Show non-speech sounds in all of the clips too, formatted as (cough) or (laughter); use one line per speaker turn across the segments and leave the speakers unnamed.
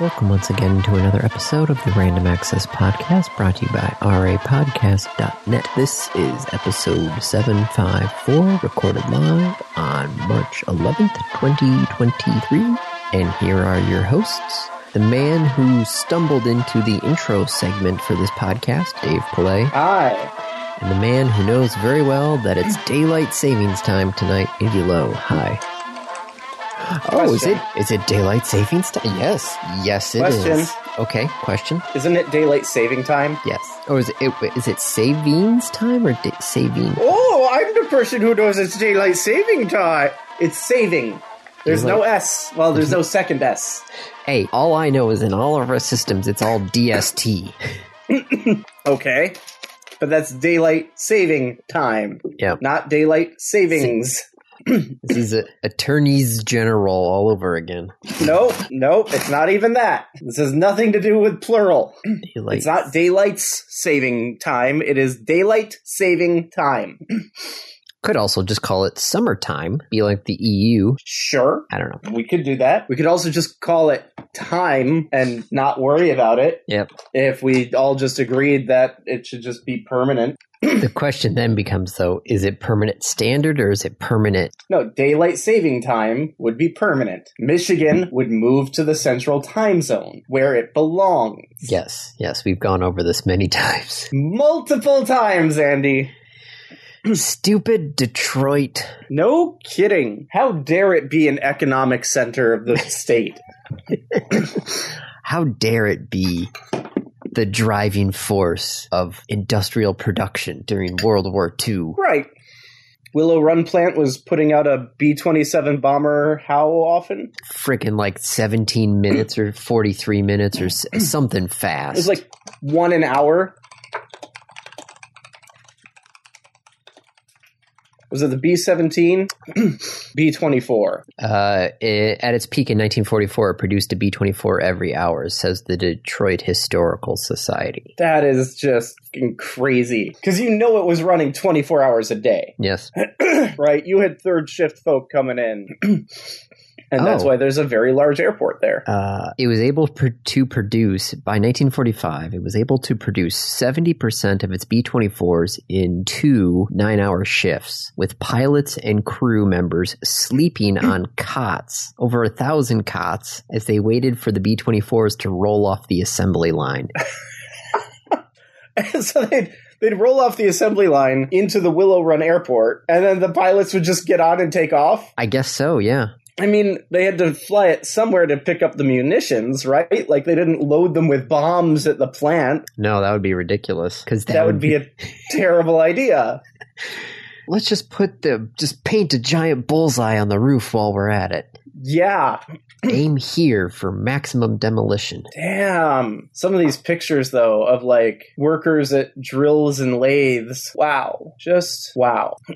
Welcome once again to another episode of the Random Access Podcast brought to you by rapodcast.net. This is episode 754, recorded live on March 11th, 2023. And here are your hosts the man who stumbled into the intro segment for this podcast, Dave Pillay,
Hi.
and the man who knows very well that it's daylight savings time tonight, Iggy Low. Hi. Oh, is it
Question.
is it daylight savings time? Yes, yes, it is.
Question.
Okay, question.
Isn't it daylight saving time?
Yes, or is it, it is it savings time or da- saving?
Oh, I'm the person who knows it's daylight saving time. It's saving. There's no S. Well, there's no second S.
Hey, all I know is in all of our systems, it's all
(laughs)
DST.
Okay. But that's daylight saving time,
yeah,
not daylight savings.
this is a, attorneys general all over again.
nope, nope, it's not even that. This has nothing to do with plural.
Daylight.
It's not daylight's saving time, it is daylight saving time.
Could also just call it summertime. Be like the EU.
Sure.
I don't know.
We could do that. We could also just call it time and not worry about it.
Yep.
If we all just agreed that it should just be permanent.
The question then becomes though: Is it permanent standard or is it permanent?
No, daylight saving time would be permanent. Michigan would move to the central time zone where it belongs.
Yes, yes, we've gone over this many (laughs) times.
Multiple times, Andy.
Stupid Detroit.
No kidding. How dare it be an economic center of (laughs) the state?
How dare it be the driving force of industrial production during World War II?
Right. Willow Run Plant was putting out a B 27 bomber how often?
Freaking like 17 minutes or 43 minutes or s- something
It
fast.
was like one an hour. Was it the B seventeen, (clears throat) B twenty four?
uh, it, at its peak in 1944, it produced a B 24 every hour, says the Detroit Historical Society.
That is just fucking crazy because you know it was running twenty four hours a day,
(clears throat) Yes.
right? You had third shift folk coming in, (clears throat) and that's
Oh.
why there's a very large airport there. (laughs)
Uh, it was able pr- to produce, by 1945, it was able to produce 70% of its B 24s in two nine hour shifts, with pilots and crew members sleeping on
(laughs)
cots, over a thousand cots, as they waited for the B 24s to roll off the assembly line.
so they'd they'd roll off the assembly line into the Willow Run Airport, and then the pilots would just get on and take off.
I guess so, yeah.
I mean, they had to fly it somewhere to pick up the munitions, right? Like they didn't load them with bombs at the plant.
No, that would be ridiculous. Because
That, would be a terrible idea.
(laughs) Let's just put the. Just paint a giant bullseye on the roof while we're at
(clears throat)
it.
Yeah.
Aim here for maximum demolition.
Damn. Some of these pictures though of like workers at drills and lathes. Wow. Just wow. (clears throat)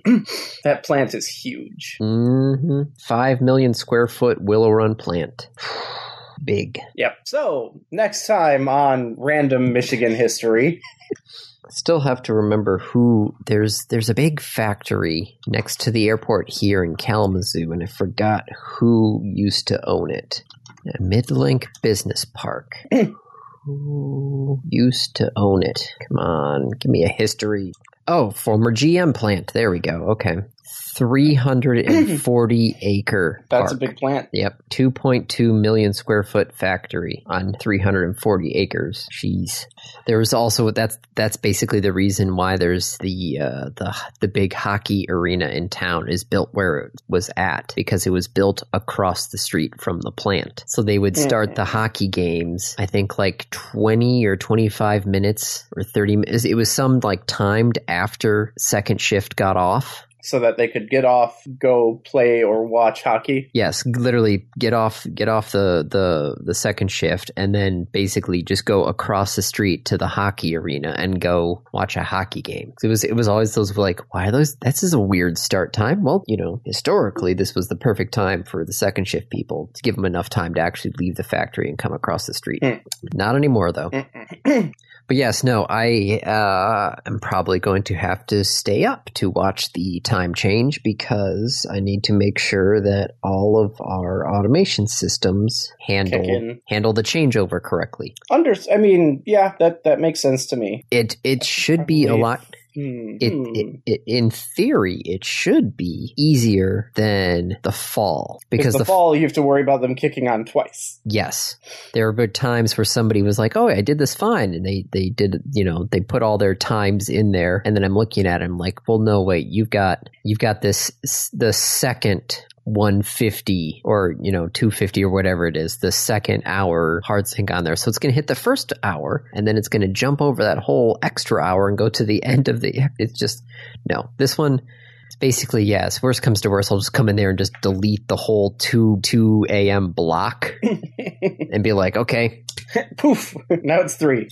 that plant is huge.
hmm Five million square foot Willow Run plant. (sighs) Big.
Yep. So, next time on random Michigan history. (clears throat)
Still have to remember who there's there's a big factory next to the airport here in Kalamazoo, and I forgot who used to own it. Midlink Business Park. who used to own it? Come on, give me a history. Oh, former GM plant. There we go.
(laughs)
Okay. 340 acre.
That's a
park.
big plant.
Yep, 2.2 million square foot factory on 340 acres. Jeez. There was also that's that's basically the reason why there's the uh, the the big hockey arena in town is built where it was at because it was built across the street from the plant. So they would start the hockey games. I think like 20 or 25 minutes or 30 minutes. It was some like timed after second shift got off.
So that they could get off, go play or watch hockey.
Yes, literally get off get off the, the the second shift and then basically just go across the street to the hockey arena and go watch a hockey game. It was it was always those like why are those this is a weird start time. Well, you know, historically this was the perfect time for the second shift people to give them enough time to actually leave the factory and come across the street.
Mm.
Not anymore though. But yes, no, I uh, am probably going to have to stay up to watch the time change because I need to make sure that all of our automation systems handle
Kick in.
handle the changeover correctly.
Under, I mean, yeah, that that makes sense to me.
It it should be a
Probably
lot
Hmm.
it,
Hmm.
it, it in theory it should be easier than the fall because
the,
the,
fall, you have to worry about them kicking on twice. (laughs)
yes there were times where somebody was like oh i did this fine and they they did you know they put all their times in there and then i'm looking at it i'm like well no wait you've got you've got this the second 150 or you know 250 or whatever it is the second hour hard sync on there so it's going to hit the first hour and then it's going to jump over that whole extra hour and go to the end of the (laughs) it's just no this one it's basically yes worst comes to worst i'll just come in there and just delete the whole 2 2 a.m block and be like okay
Poof! Now it's three.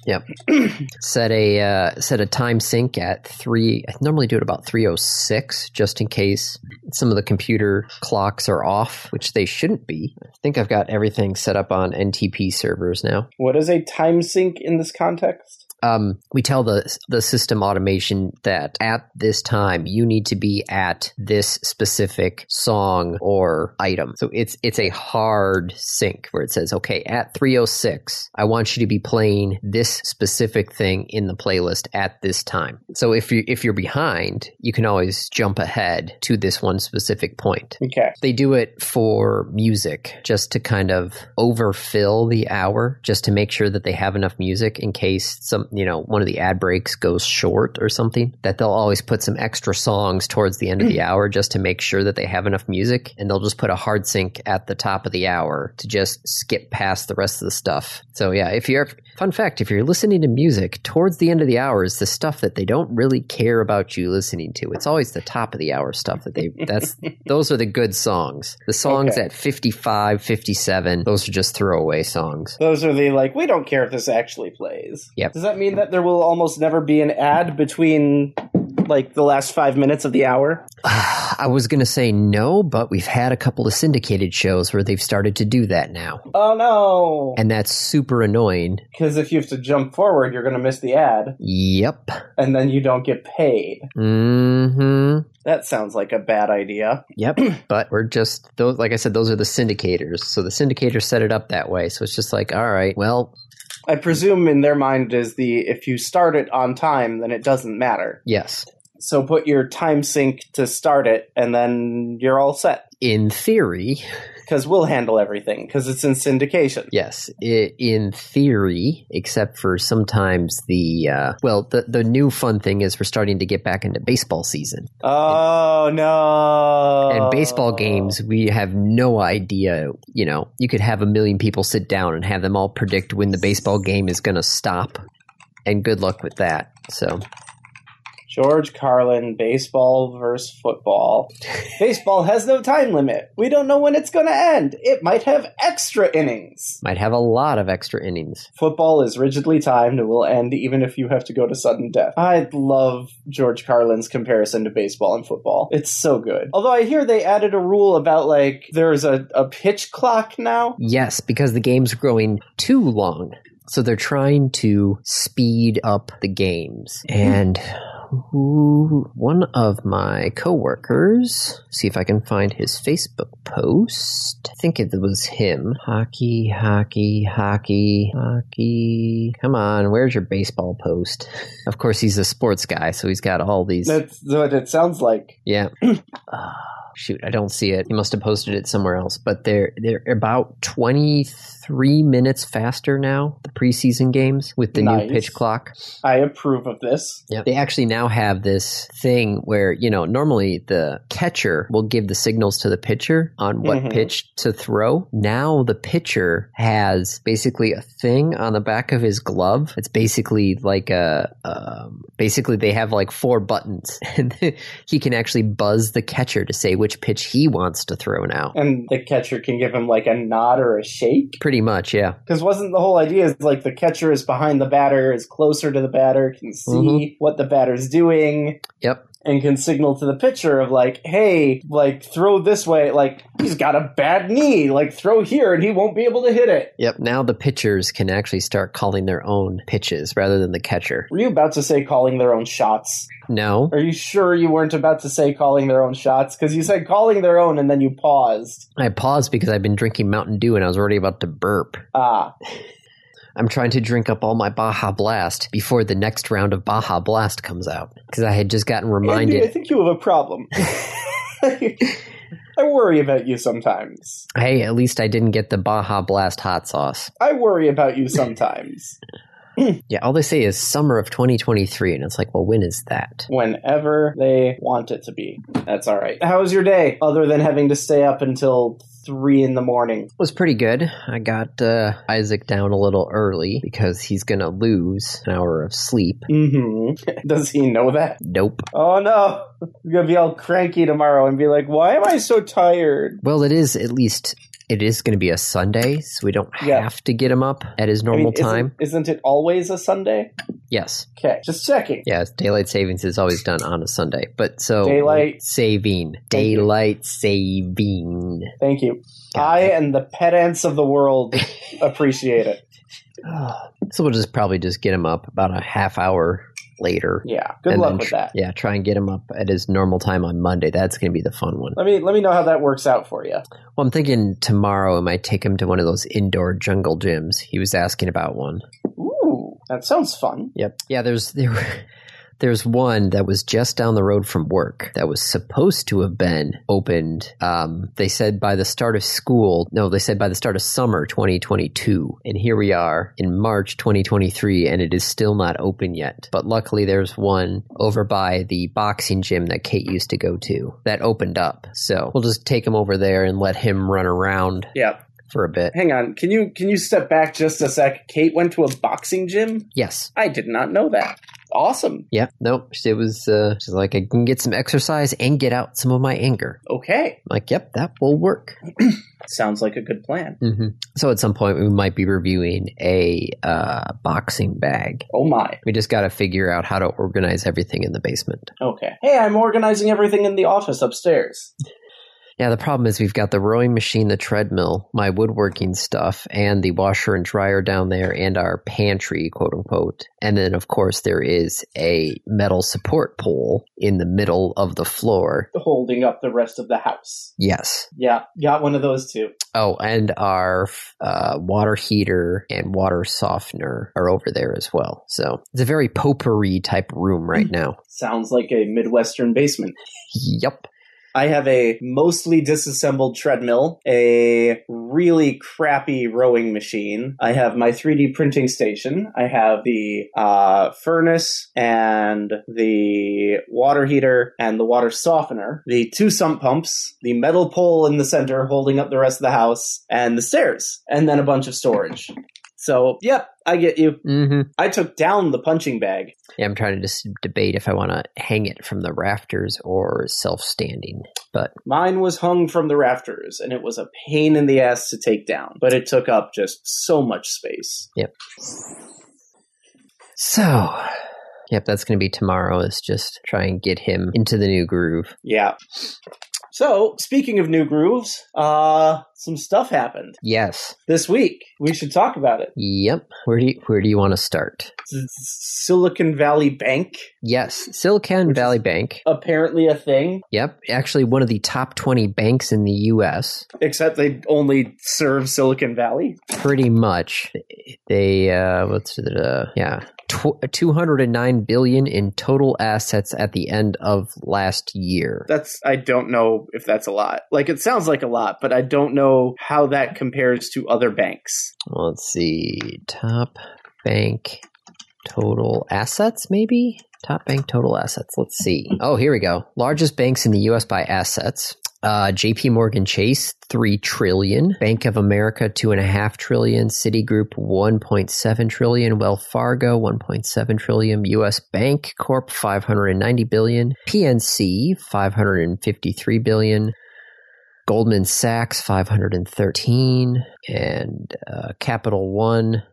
set a uh, set a time sync at 3 i normally do it about 306 just in case some of the computer clocks are off which they shouldn't be i think i've got everything set up on ntp servers now
What is a time sink in this context?
um, we tell the the system automation that at this time you need to be at this specific song or item. So it's it's a hard sync where it says, okay, at 306, I want you to be playing this specific thing in the playlist at this time. So if you if you're behind, you can always jump ahead to this one specific point
Okay.
they do it for music just to kind of overfill the hour just to make sure that they have enough music in case some you know one of the ad breaks goes short or something that they'll always put some extra songs towards the end of the hour just to make sure that they have enough music and they'll just put a hard sync at the top of the hour to just skip past the rest of the stuff so yeah if you're fun fact if you're listening to music towards the end of the hour is the stuff that they don't really care about you listening to it's always the top of the hour stuff that they that's those are the good songs. The songs
Okay.
at 55, 57, those are just throwaway songs. (sighs)
Those are the like we don't care if this actually plays.
Yep.
Does that mean that there will almost never be an ad between like the last five minutes of the hour?
I was going to say no, but we've had a couple of syndicated shows where they've started to do that now.
Oh no!
And that's super annoying.
Because if you have to jump forward, you're going to miss the ad,
Yep.
and then you don't get paid.
hmm
That sounds like a bad idea.
Yep. but we're just those like I said, those are the syndicators. So the syndicators set it up that way. So it's just like, all right, well,
I presume in their mind is the if you start it on time, then it doesn't matter.
yes.
So put your time sync to start it, and then you're all set.
In theory,
Because we'll handle everything, because it's in syndication.
Yes, i in theory, except for sometimes the uh, well, the the new fun thing is we're starting to get back into baseball season,
Oh, no.
and
Oh.
baseball games we have no idea. You know, you could have a million people sit down and have them all predict when the baseball game is going to stop, and good luck with that. So
George Carlin, baseball versus football. baseball has no time limit. We don't know when it's going to end. It might have extra innings.
might have a lot of extra innings.
Football is rigidly timed and will end even if you have to go to sudden death. I love George Carlin's comparison to baseball and football. It's so good. Although I hear they added a rule about like there's a, a pitch clock now.
Yes, because the game's growing too long. So they're trying to speed up the games. And who- one of my coworkers, see if I can find his Facebook post. I think it was him. Hockey, hockey, hockey, hockey. Come on, where's your baseball post? Of course, he's a sports guy, so he's got all these.
That's what it sounds like.
Yeah. Ah, Shoot, I don't see it. He must have posted it somewhere else. But they're they're about twenty three minutes faster now. The preseason games with the
Nice.
new pitch clock.
I approve of this.
They actually now have this thing where you know normally the catcher will give the signals to the pitcher on what
Mhm.
pitch to throw. Now the pitcher has basically a thing on the back of his glove. It's basically like a um, basically they have like four buttons, (laughs) and he can actually buzz the catcher to say which pitch he wants to throw now.
And the catcher can give him like a nod or a shake.
Pretty much, yeah.
Because wasn't the whole idea is like the catcher is behind the batter, is closer to the batter, can see what the batter's doing.
Yep.
and can signal to the pitcher of like, hey, like throw this way, like he's got a bad knee, like throw here and he won't be able to hit it.
Yep. Now the pitchers can actually start calling their own pitches rather than the catcher.
Were you about to say calling their own shots?
No.
Are you sure you weren't about to say calling their own shots? Because you said calling their own and then you paused.
I paused because I've been drinking Mountain Dew and I was already about to burp.
Ah,
I'm trying to drink up all my Baja Blast before the next round of Baja Blast comes out because I had just gotten reminded.
Andy, I think you have a problem. (laughs) I worry about you sometimes.
Hey, at least I didn't get the Baja Blast hot sauce.
I worry about you sometimes.
Yeah, all they say is summer of 2023, and it's like, well, when is that?
Whenever they want it to be. That's all right. How was your day? Other than having to stay up until three in the morning.
was pretty good. I got uh, Isaac down a little early because he's going to lose an hour of sleep.
Mm-hmm. (laughs) Does he know that?
Nope.
Oh no. He's gonna be all cranky tomorrow and be like, why am I so tired?
Well, it is at least. It is going to be a Sunday, so we don't
Yeah.
have to get him up at his
I mean,
normal
isn't-
time.
Isn't it always a Sunday?
Yes.
Okay, just checking.
Yeah, daylight savings is always done on a Sunday. But so
Daylight-
saving,
Thank you.
daylight saving.
Thank you.
Got
I
it.
and the pedants of
(laughs)
the world appreciate it. Ah.
So we'll just probably just get him up about a half hour later.
Yeah. Good
And
luck
then
with
tr-
that.
Yeah, try and get him up at his normal time on Monday. That's going to be the fun one.
Let me let me know how that works out for you.
Well, I'm thinking tomorrow I might take him to one of those indoor jungle gyms. He was asking about one.
Ooh, that sounds fun.
Yep. Yeah, there's there were- (laughs) there's one that was just down the road from work that was supposed to have been opened. Um, they said by the start of school. No, they said by the start of summer 2022. And here we are in March 2023, and it is still not open yet. But luckily, there's one over by the boxing gym that Kate used to go to that opened up. So we'll just take him over there and let him run around
Yeah.
for a bit.
Hang on. Can you can you step back just a sec? Kate went to a boxing gym?
Yes.
I did not know that. Awesome.
Yeah, nope. It was uh, she's like, I can get some exercise and get out some of my anger.
Okay.
I'm like, yep, that will work.
Sounds like a good plan.
hmm So at some point, we might be reviewing a uh, boxing bag.
Oh my.
We just got to figure out how to organize everything in the basement.
Okay. Hey, I'm organizing everything in the office upstairs.
Yeah, the problem is we've got the rowing machine, the treadmill, my woodworking stuff, and the washer and dryer down there, and our pantry, quote unquote. And then, of course, there is a metal support pole in the middle of the floor.
Holding up the rest of the house.
Yes.
Yeah. Got one of those too.
Oh, and our uh, water heater and water softener are over there as well. So it's a very potpourri type room
Mm.
right now.
Sounds like a Midwestern basement.
Yep.
I have a mostly disassembled treadmill, a really crappy rowing machine. I have my 3D printing station. I have the uh, furnace and the water heater and the water softener, the two sump pumps, the metal pole in the center holding up the rest of the house, and the stairs, and then a bunch of storage. So, yep, I get you.
hmm
I took down the punching bag.
Yeah, I'm trying to just debate if I want to hang it from the rafters or self standing. But
Mine was hung from the rafters, and it was a pain in the ass to take down, but it took up just so much space.
so. Yep, that's going to be tomorrow. Is just try and get him into the new groove.
Yeah. So, speaking of new grooves, uh, some stuff happened
Yes.
this week. We should talk about it.
Yep. Where do you, where do you want to start?
S- Silicon Valley Bank,
Yes, Silicon
Which is-
Valley Bank.
apparently a thing,
Yep, actually one of the top 20 banks in the US.
except they only serve Silicon Valley.
pretty much they uh what's it uh yeah tw- 209 billion in total assets at the end of last year
That's, I don't know if that's a lot. Like, it sounds like a lot, but I don't know how that compares to other banks.
let's see top bank total assets maybe top bank total assets let's see oh here we go largest banks in the us by assets uh, JP Morgan Chase, 3 trillion. Bank of America, 2.5 trillion. Citigroup, 1.7 trillion. Wells Fargo, 1.7 trillion. U.S. Bank Corp, 590 billion. PNC, 553 billion. Goldman Sachs, 513. And uh, Capital One,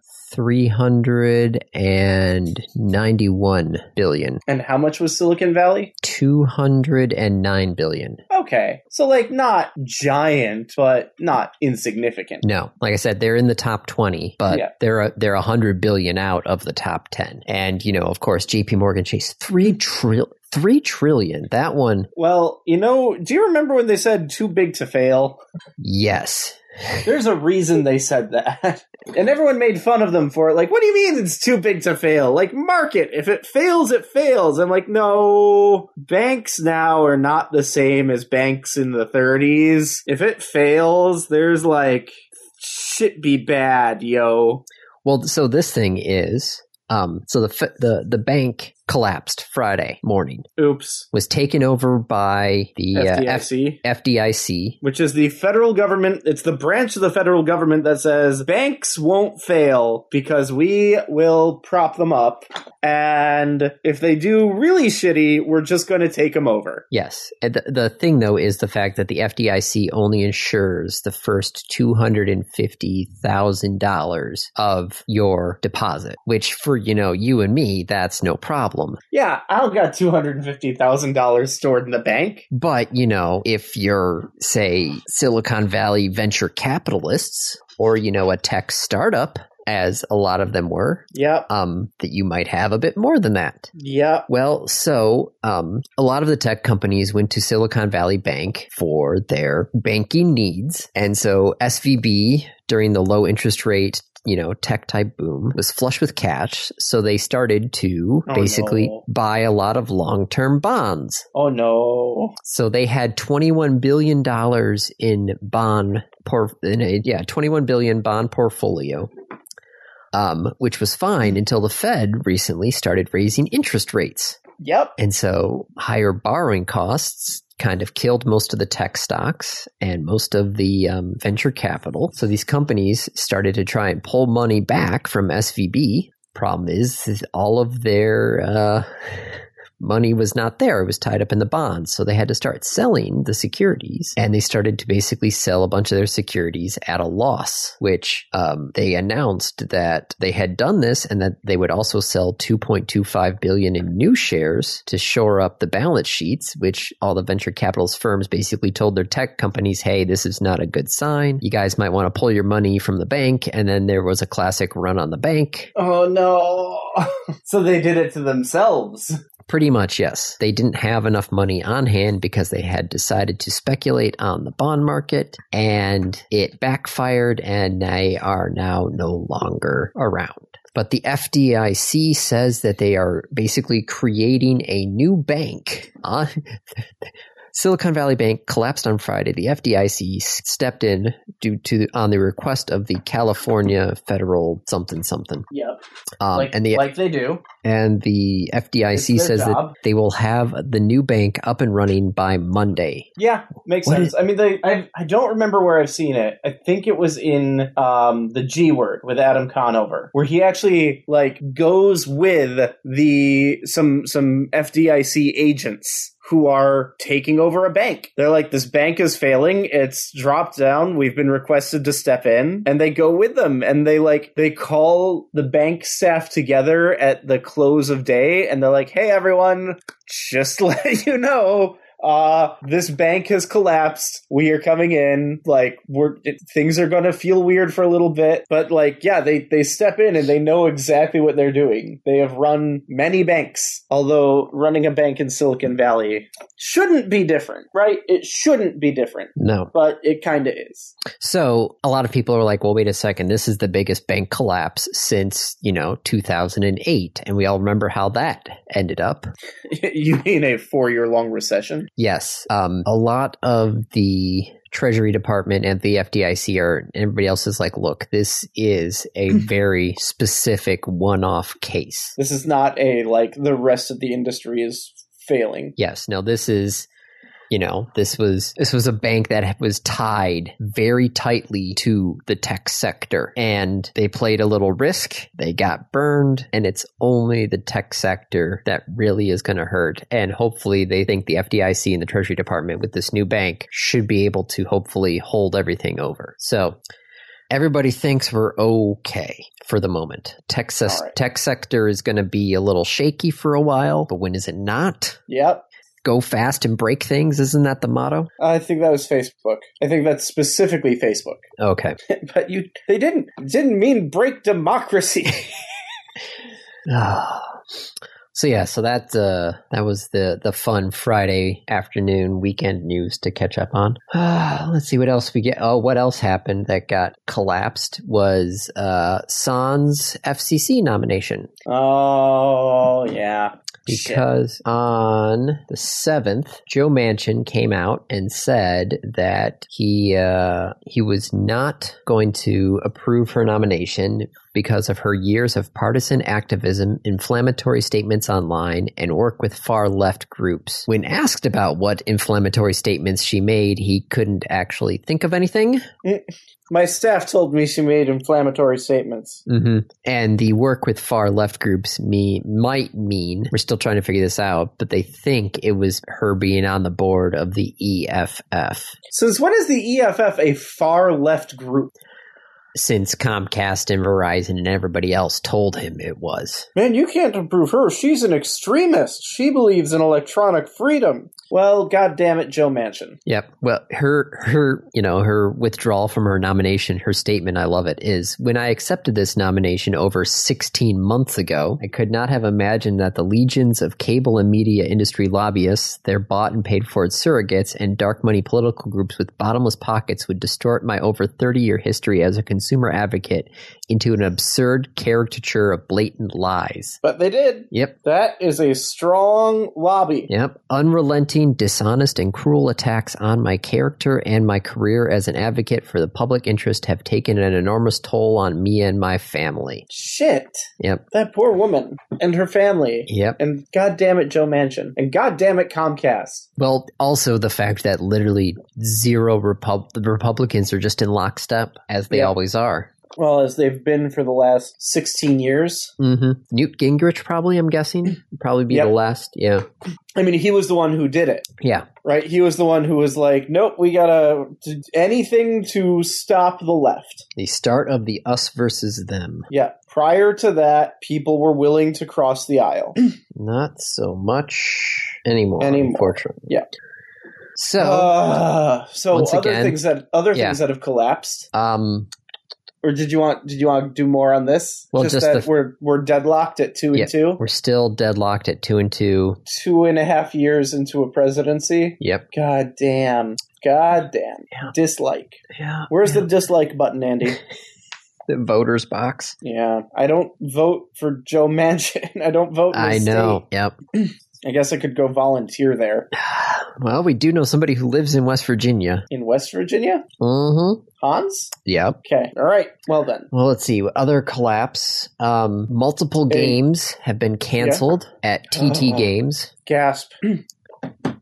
391 billion.
And how much was Silicon Valley?
209 billion.
Okay. So, like, not giant, but not insignificant.
No, like I said, they're in the top 20, but
Yeah.
they're a, they're 100 billion out of the top 10. And you know, of course, JP Morgan Chase 3 trillion 3 trillion. That one,
Well, you know, do you remember when they said too big to fail?
yes.
There's a reason they said that. (laughs) And everyone made fun of them for it. Like, what do you mean it's too big to fail? Like, market. If it fails, it fails. I'm like, no. Banks now are not the same as banks in the 30s. If it fails, there's like, shit be bad, yo.
Well, so this thing is um so the f- the the bank collapsed Friday morning.
Oops.
Was taken over by the uh, F-
FDIC.
FDIC.
which is the federal government. It's the branch of the federal government that says banks won't fail because we will prop them up. And if they do really shitty, we're just going to take them over.
Yes. And the, the thing, though, is the fact that the FDIC only insures the first $250,000 of your deposit, which for, you know, you and me, that's no problem.
Yeah, I've got $250,000 stored in the bank.
But, you know, if you're, say, Silicon Valley venture capitalists or, you know, a tech startup, as a lot of them were,
Yep.
um, that you might have a bit more than that.
Yep.
Well, so um, a lot of the tech companies went to Silicon Valley Bank for their banking needs. And so SVB, during the low interest rate, you know, tech type boom was flush with cash. So they started to
Oh,
basically
no.
buy a lot of long term bonds.
Oh no.
So they had $21 billion in bond, por- in a, yeah, 21 billion bond portfolio. Um, which was fine until the Fed recently started raising interest rates.
Yep.
And so higher borrowing costs kind of killed most of the tech stocks and most of the um, venture capital. So these companies started to try and pull money back from SVB. Problem is, is all of their uh, money was not there. It was tied up in the bonds. So they had to start selling the securities. And they started to basically sell a bunch of their securities at a loss, which um, they announced that they had done this and that they would also sell 2.25 billion in new shares to shore up the balance sheets, which all the venture capitalist firms basically told their tech companies, hey, this is not a good sign. You guys might want to pull your money from the bank. And then there was a classic run on the bank.
Oh no. (laughs) so they did it to themselves.
Pretty much, yes. They didn't have enough money on hand because they had decided to speculate on the bond market and it backfired and they are now no longer around. But the FDIC says that they are basically creating a new bank. Uh, (laughs) Silicon Valley Bank collapsed on Friday. The FDIC stepped in due to on the request of the California federal something something.
Yep.
Um, and the
like they do.
and the FDIC
It's their
says
job.
that they will have the new bank up and running by Monday.
Yeah, makes
What
sense. I mean, they, I I don't remember where I've seen it. I think it was in um, the G Word with Adam Conover, where he actually like goes with the some some FDIC agents who are taking over a bank. They're like, this bank is failing. It's dropped down. We've been requested to step in, and they go with them. And they like they call the bank staff together at the close of day, and they're like, hey everyone, just (laughs) to let you know uh this bank has collapsed we are coming in like we're it, things are gonna feel weird for a little bit but like yeah they they step in and they know exactly what they're doing they have run many banks although running a bank in silicon valley shouldn't be different right it shouldn't be different
No.
but it kind of is (laughs)
So a lot of people are like, well, wait a second. This is the biggest bank collapse since, you know, 2008. And we all remember how that ended up.
you mean a four year long recession
Yes. Um, a lot of the Treasury Department and the FDIC are, and everybody else is like, look, this is a very specific one off case.
this is not a like the rest of the industry is failing
Yes. Now this is, you know, this was this was a bank that was tied very tightly to the tech sector, and they played a little risk. They got burned, and it's only the tech sector that really is going to hurt. And hopefully, they think the FDIC and the Treasury Department with this new bank should be able to hopefully hold everything over. So. everybody thinks we're okay for the moment. Tech, ses-
All right.
tech sector is going to be a little shaky for a while, but when is it not?
Yep.
Go fast and break things. Isn't that the motto?
I think that was Facebook. I think that's specifically Facebook.
Okay.
(laughs) But you they didn't didn't mean break democracy.
(sighs)
(laughs)
so yeah, so that uh, that was the the fun Friday afternoon weekend news to catch up on. (sighs) Let's see what else we get. Oh, what else happened that got collapsed was uh, Sans FCC nomination.
oh yeah. Shit.
Because on the 7th, Joe Manchin came out and said that he uh, he was not going to approve her nomination because of her years of partisan activism, inflammatory statements online, and work with far left groups. When asked about what inflammatory statements she made, he couldn't actually think of anything.
My staff told me she made inflammatory statements.
hmm And the work with far left groups me might mean we're still trying to figure this out, but they think it was her being on the board of the E EFF
Since when is the EFF a far left group?
since Comcast and Verizon and everybody else told him it was.
Man, you can't improve her. She's an extremist. She believes in electronic freedom. Well, god damn it, Joe Manchin.
Yep. Well, her her you know her withdrawal from her nomination, her statement, I love it, is when I accepted this nomination over 16 months ago, I could not have imagined that the legions of cable and media industry lobbyists, their bought and paid for surrogates, and dark money political groups with bottomless pockets would distort my over 30 year history as a consumer advocate into an absurd caricature of blatant lies.
But they did.
Yep.
That is a strong lobby.
Yep. Unrelenting, dishonest, and cruel attacks on my character and my career as an advocate for the public interest have taken an enormous toll on me and my family.
Shit.
Yep.
That poor woman and her family.
Yep.
And god damn it, Joe Manchin. And god damn it, Comcast.
Well, also the fact that literally zero Repub- the Republicans are just in lockstep, as they
Yeah.
always are.
Well, as they've been for the last 16 years.
hmm Newt Gingrich, probably, I'm guessing. Probably be
Mm-hmm. Yep.
the last. Yeah.
I mean, he was the one who did it,
Yeah.
right? He was the one who was like, nope, we gotta do anything to stop the left.
The start of the us versus them.
Yeah. Prior to that, people were willing to cross the aisle.
Not so much anymore,
Anymore.
unfortunately.
Yeah.
So.
Ah, so
Once
other
again-
things that other
Yeah.
things that have collapsed,
um,
or did you want did you want to do more on this?
Well, just
that
the-
we're we're deadlocked at two
Yeah.
and two,
We're still deadlocked at two and two.
two and a half years into a presidency.
Yep.
God damn, god damn,
Yeah.
dislike.
Yeah.
Where's the dislike button, Andy?
the voters box?
yeah, I don't vote for Joe (laughs) Manchin. I don't vote. In
I
his
know. Yep.
state. I guess I could go volunteer there
Well, we do know somebody who lives in West Virginia.
in West Virginia.
Mm-hmm.
Hans.
Yep.
Okay. All right. Well then.
Well, let's see. Other collapse. Um, multiple
Hey.
games have been canceled at TT
Oh.
Games.
Gasp. (clears throat)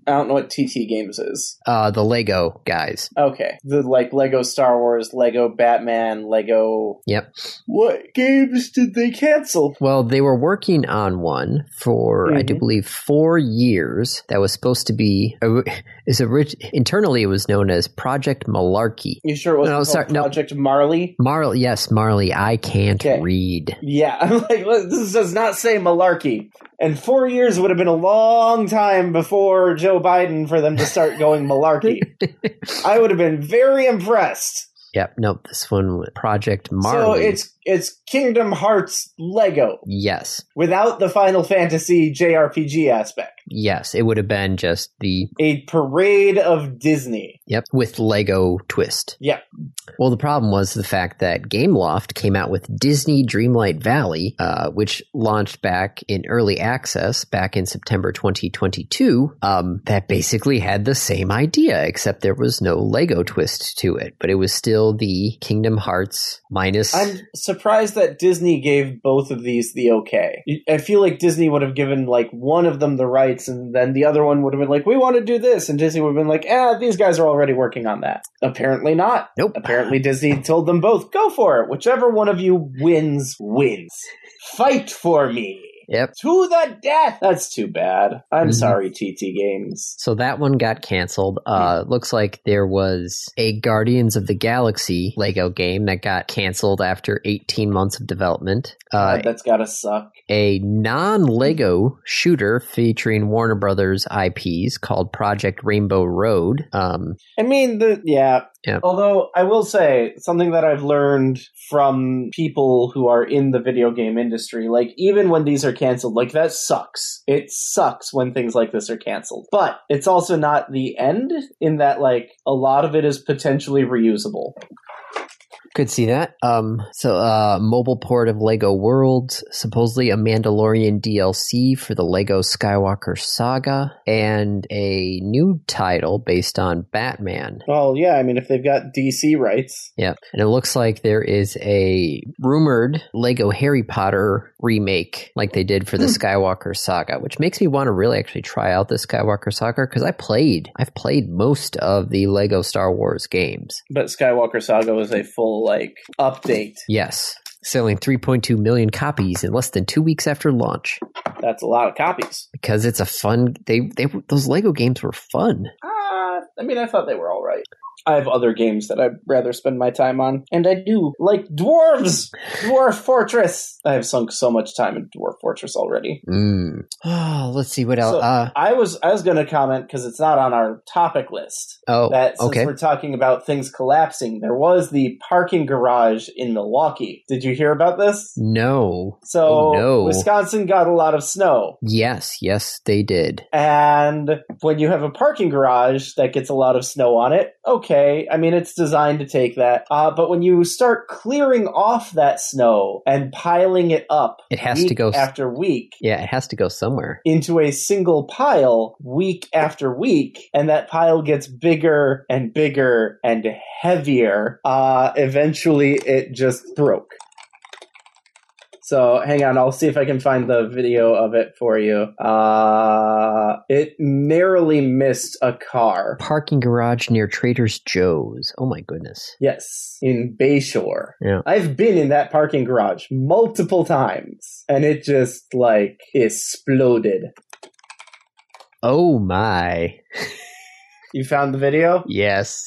I don't know what TT Games is.
Uh, the Lego guys.
Okay. The like Lego Star Wars, Lego Batman, Lego
Yep.
What games did they cancel?
Well, they were working on one for I do
Mhm.
believe four years. That was supposed to be is orig- internally it was known as Project Malarkey.
You sure it wasn't
No,
called
sorry, no.
Project Marley?
Marley, yes, Marley. I can't
Okay.
read.
Yeah, (laughs) I'm like "Look, this does not say malarkey. And four years would have been a long time before Joe Biden for them to start going malarkey. I would have been very impressed.
Yep, nope. This one, was Project Marley.
So it's it's Kingdom Hearts Lego
yes,
without the Final Fantasy JRPG aspect.
yes. It would have been just the
A parade of Disney.
yep with Lego twist.
Yeah.
Well, the problem was the fact that GameLoft came out with Disney Dreamlight Valley, uh, which launched back in early access back in September 2022. Um, that basically had the same idea, except there was no Lego twist to it, but it was still the Kingdom Hearts minus.
I'm surprised that Disney gave both of these the okay. I feel like Disney would have given like one of them the rights, and then the other one would have been like, "We want to do this," and Disney would have been like, "Ah, these guys are already working on that." Apparently not.
nope.
Apparently Disney told them both, "Go for it. Whichever one of you wins, wins. Fight for me."
Yep.
To the death. That's too bad. I'm
Mhm.
sorry, TT Games.
So that one got canceled. Uh, looks like there was a Guardians of the Galaxy Lego game that got canceled after 18 months of development. Uh,
God, that's gotta suck.
a non Lego shooter featuring Warner Brothers IPs called Project Rainbow Road. Um,
I mean, the yeah.
Yeah.
Although I will say something that I've learned from people who are in the video game industry, like even when these are canceled, like that sucks. It sucks when things like this are canceled. But it's also not the end in that like a lot of it is potentially reusable.
could see that. Um, so, uh, mobile port of Lego Worlds, supposedly a Mandalorian DLC for the Lego Skywalker saga, and a new title based on Batman.
Well, yeah, I mean if they've got DC rights.
Yeah, and it looks like there is a rumored Lego Harry Potter remake, like they did for
Hmm.
the Skywalker Saga, which makes me want to really actually try out the Skywalker Saga because I played, I've played most of the Lego Star Wars games.
But Skywalker Saga was a full like update.
Yes, selling 3.2 million copies in less than two weeks after launch
That's a lot of copies.
because it's a fun. They they those Lego games were fun.
Uh, I mean, I thought they were all right. I have other games that I'd rather spend my time on, and I do like dwarves. Dwarf Fortress. I have sunk so much time in Dwarf Fortress already.
Mm. (sighs) Oh, let's see what else.
So-
uh,
I was I was going to comment because it's not on our topic list.
oh,
That since
okay.
we're talking about things collapsing, there was the parking garage in Milwaukee. Did you hear about this?
no.
So
Oh, no.
Wisconsin got a lot of snow.
Yes, yes, they did.
And when you have a parking garage that gets a lot of snow on it, okay, I mean, it's designed to take that. Uh, but when you start clearing off that snow and piling it up
It has
week
to go.
after week
Yeah, it has to go somewhere.
into a single pile week after week, and that pile gets bigger and bigger and heavier, uh, eventually it just broke. So hang on, I'll see if I can find the video of it for you. Uh, it narrowly missed a car.
Parking garage near Trader's Joe's. Oh my goodness.
Yes, in Bayshore.
Yeah.
I've been in that parking garage multiple times, and it just like exploded.
Oh my.
You found the video?
Yes.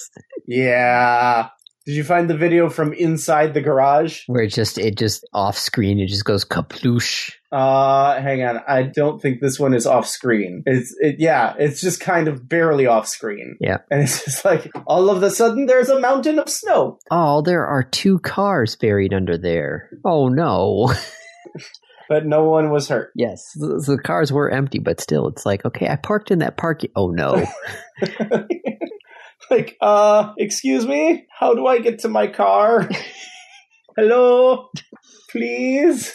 Yeah. Did you find the video from inside the garage?
Where it just it just off screen it just goes kaploosh.
Uh, hang on. I don't think this one is off screen. It's it, yeah, it's just kind of barely off screen.
Yeah.
(laughs) And it's just like all of a sudden there's a mountain of snow.
Oh, there are two cars buried under there. Oh no. (laughs)
But no one was hurt. (laughs)
Yes. The, the cars were empty, but still it's like, okay, I parked in that parking oh no.
Like, uh, excuse me? How do I get to my car? (laughs) Hello? Please?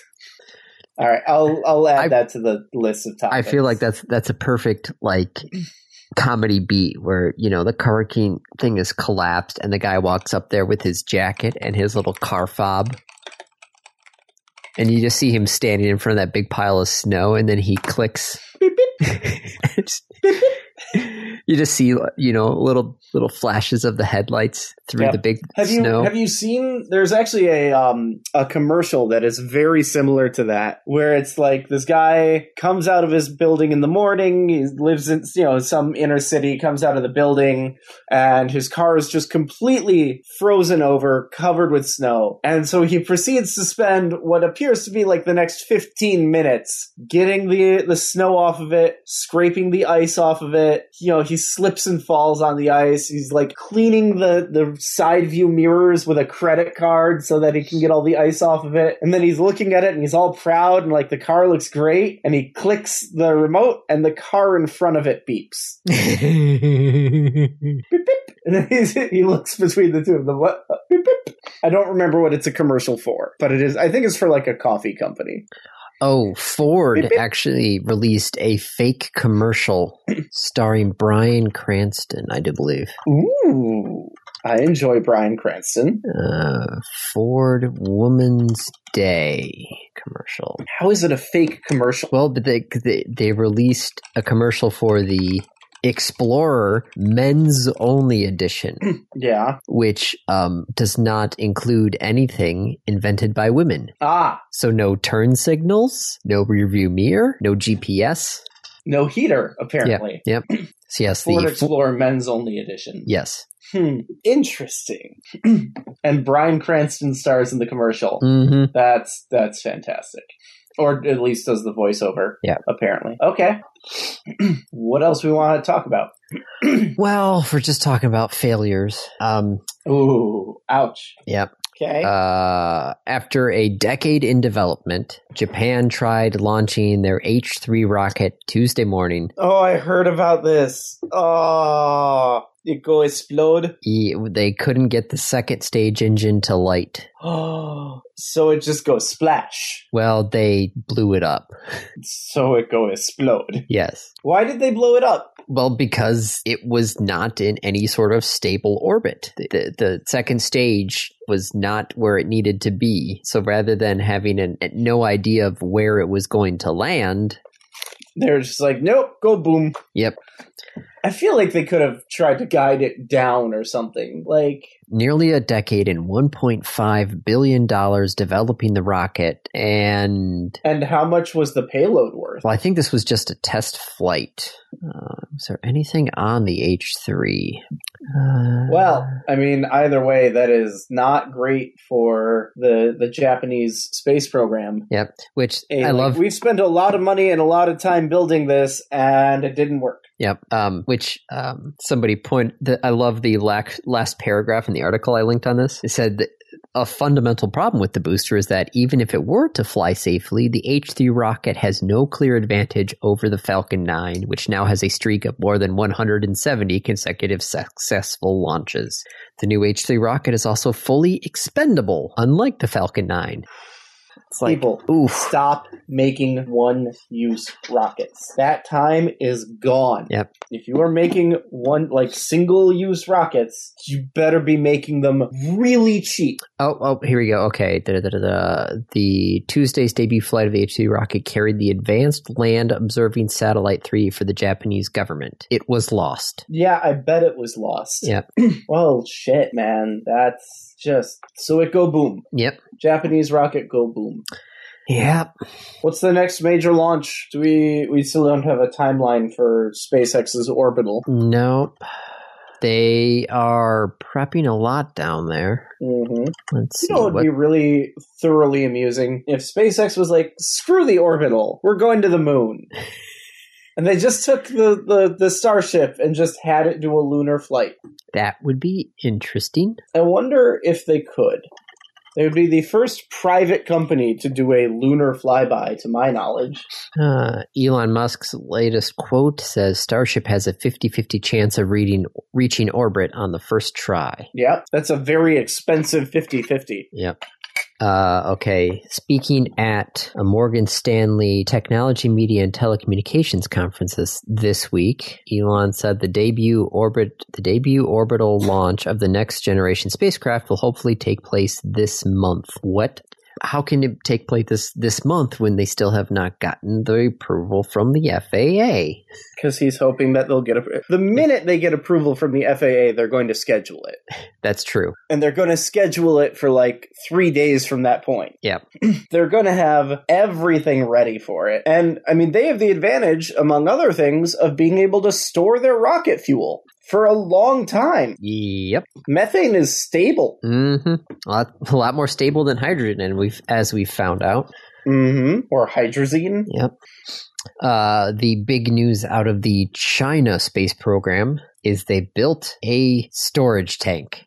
All right, I'll I'll add
I-
that to the list of
I
topics.
feel like that's that's a perfect like comedy beat where you know the hurricane thing is collapsed and the guy walks up there with his jacket and his little car fob and you just see him standing in front of that big pile of snow and then he clicks
Beep, beep.
(laughs) you just see you know little little flashes of the headlights through
Yep.
the big
Have you
snow
have you seen? There's actually a um a commercial that is very similar to that, where it's like this guy comes out of his building in the morning. He lives in you know some inner city, comes out of the building, and his car is just completely frozen over, covered with snow. And so he proceeds to spend what appears to be like the next 15 minutes getting the the snow off of it, scraping the ice off of it. You know, he slips and falls on the ice. He's like cleaning the the side view mirrors with a credit card so that he can get all the ice off of it. And then he's looking at it and he's all proud and like the car looks great and he clicks the remote and the car in front of it beeps.
(laughs)
And then (laughs) he's, he looks between the two of them. What? Beep, beep. I don't remember what it's a commercial for, but it is. I think it's for like a coffee company.
Oh, Ford
Beep, beep.
actually released a fake commercial starring Brian Cranston, I do believe.
Ooh, I enjoy Brian Cranston.
Uh, Ford Woman's Day commercial.
How is it a fake commercial?
Well, but they, they they released a commercial for the Explorer Men's Only Edition,
Yeah.
which um, does not include anything invented by women.
Ah,
So no turn signals, no rearview mirror, no GPS.
no heater, apparently.
Yep. So yes,
Ford
the
Explorer Men's Only Edition.
yes.
Hmm, interesting. (clears throat) and Brian Cranston stars in the commercial.
hmm
That's that's fantastic. Or at least does the voiceover.
Yeah.
Apparently. Okay. (clears throat) what else we want to talk about?
Well, if we're just talking about failures. Um,
Ooh, ouch.
Yep.
Okay.
uh, after a decade in development, Japan tried launching their H three rocket Tuesday morning.
oh, I heard about this. Oh, it go explode.
E- They couldn't get the second stage engine to light.
Oh, so it just goes splash.
Well, they blew it up.
So it go explode.
Yes.
Why did they blow it up?
Well, because it was not in any sort of stable orbit. The, the, the second stage was not where it needed to be. So rather than having an, no idea of where it was going to land,
They're just like, nope, go boom.
Yep.
I feel like they could have tried to guide it down or something. Like,
nearly a decade and $1.5 billion developing the rocket. And,
and how much was the payload worth?
well, I think this was just a test flight. Uh, is there anything on the H3? Uh,
Well, I mean, either way, that is not great for the the Japanese space program.
which
Hey,
I
like,
love.
We've spent a lot of money and a lot of time building this, and it didn't work.
Yep. Um, which um, somebody point. The, I love the lac, last paragraph in the article I linked on this. It said that a fundamental problem with the booster is that even if it were to fly safely, the H three rocket has no clear advantage over the Falcon Nine, which now has a streak of more than one hundred and seventy consecutive successful launches. The new H three rocket is also fully expendable, unlike the Falcon Nine. It's like,
People,
oof.
stop making one-use rockets. That time is gone.
Yep.
If you are making one like single-use rockets, you better be making them really cheap.
Oh, oh, here we go. Okay. Da, da, da, da. The Tuesday's debut flight of the H 2 rocket carried the Advanced Land Observing Satellite 3 for the Japanese government. It was lost.
Yeah, I bet it was lost.
Yep.
(clears throat) well, shit, man. That's just so it go boom.
Yep.
Japanese rocket go boom.
Yep.
What's the next major launch? Do we we still don't have a timeline for SpaceX's orbital?
Nope. They are prepping a lot down there.
hmm
Let's see.
You know, it'd
what-
be really thoroughly amusing if SpaceX was like, "Screw the orbital, we're going to
(laughs)
the moon," and they just took the, the the Starship and just had it do a lunar flight.
that would be interesting.
I wonder if they could. They would be the first private company to do a lunar flyby, to my knowledge.
Uh, Elon Musk's latest quote says Starship has a 50 50 chance of reading, reaching orbit on the first try.
Yep. That's a very expensive 50 50.
Yep. Uh, okay. Speaking at a Morgan Stanley Technology, Media, and Telecommunications conference this, this week, Elon said the debut orbit, the debut orbital launch of the next generation spacecraft will hopefully take place this month. What? How can it take place this this month when they still have not gotten the approval from the FAA?
Because he's hoping that they'll get appro- the minute they get approval from the FAA, they're going to schedule it,
That's true.
and they're going to schedule it for like three days from that point.
Yep.
(clears throat) they're going to have everything ready for it, and I mean they have the advantage, among other things, of being able to store their rocket fuel for a long time.
Yep.
Methane is stable.
Mm-hmm. A lot, a lot more stable than hydrogen, and we've as we found out.
Mm-hmm. Or hydrazine.
Yep. Uh, the big news out of the China space program is they built a storage tank,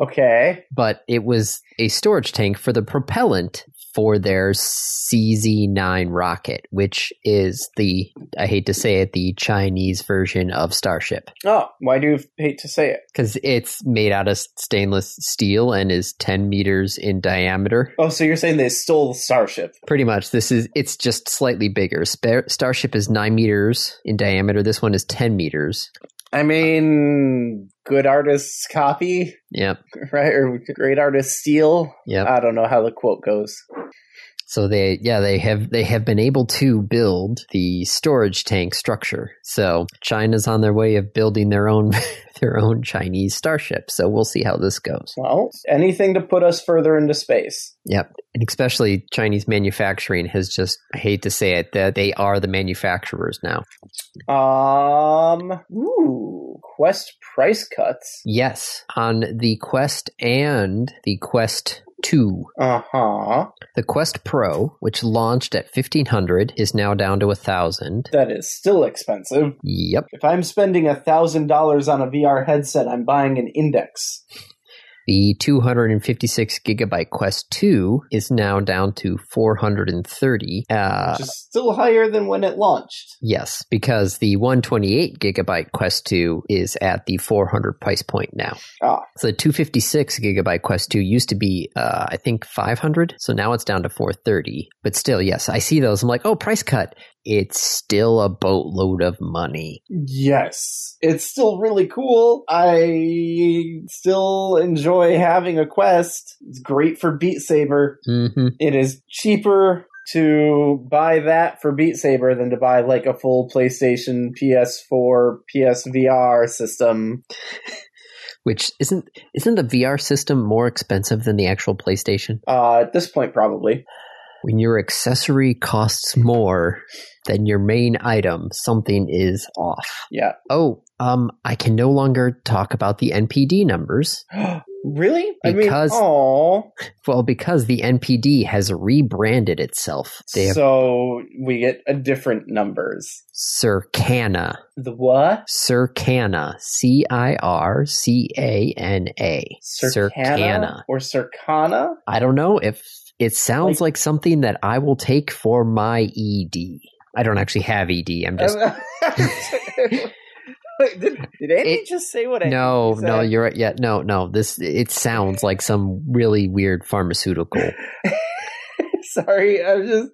Okay.
but it was a storage tank for the propellant for their CZ 9 rocket, which is the, I hate to say it, the Chinese version of Starship.
Oh, why do you hate to say it?
Because it's made out of stainless steel and is 10 meters in diameter.
Oh, so you're saying they stole the starship?
Pretty much, this is it's just slightly bigger. Spare, Starship is nine meters in diameter. This one is ten meters.
I mean, good artists copy, (laughs)
Yep,
right? Or great artists steal.
yep.
I don't know how the quote goes.
So they yeah, they have they have been able to build the storage tank structure. So China's on their way of building their own (laughs) their own Chinese starship. So we'll see how this goes.
Well, anything to put us further into space.
Yep. And especially Chinese manufacturing has just I hate to say it, that they are the manufacturers now.
Um, ooh, quest price cuts.
Yes. On the Quest and the Quest two
Uh huh.
The Quest Pro, which launched at 1500, is now down to 1000.
That is still expensive.
Yep.
If I'm spending a thousand dollars on a VR headset, I'm buying an index.
The 256 gigabyte Quest 2 is now down to 430. Uh,
which is still higher than when it launched.
yes, because the 128 gigabyte Quest 2 is at the 400 price point now.
Ah.
So the 256 gigabyte Quest 2 used to be, uh, I think, 500. So now it's down to 430. But still, yes, I see those. I'm like, oh, price cut. It's still a boatload of money.
Yes. It's still really cool. I still enjoy having a quest. It's great for Beat Saber.
hmm
It is cheaper to buy that for Beat Saber than to buy like a full PlayStation, PS4, PSVR system.
Which isn't isn't the VR system more expensive than the actual PlayStation?
Uh, at this point, probably.
When your accessory costs more than your main item, something is off.
Yeah.
Oh, um, I can no longer talk about the NPD numbers.
really? I mean,
Because-
oh,
Well, because the NPD has rebranded itself. They have
so we get a different numbers.
Circana.
The what?
Circana. C I R C A N A.
Circana or Circana?
I don't know if it sounds like, something that I will take for my ED. I don't actually have ED. I'm just
(laughs) Wait, did, did Andy
It-
just say what I
no,
think he
no.
said?
You're right. Yeah, no, no. This it sounds like some really weird pharmaceutical.
(laughs) Sorry, I'm just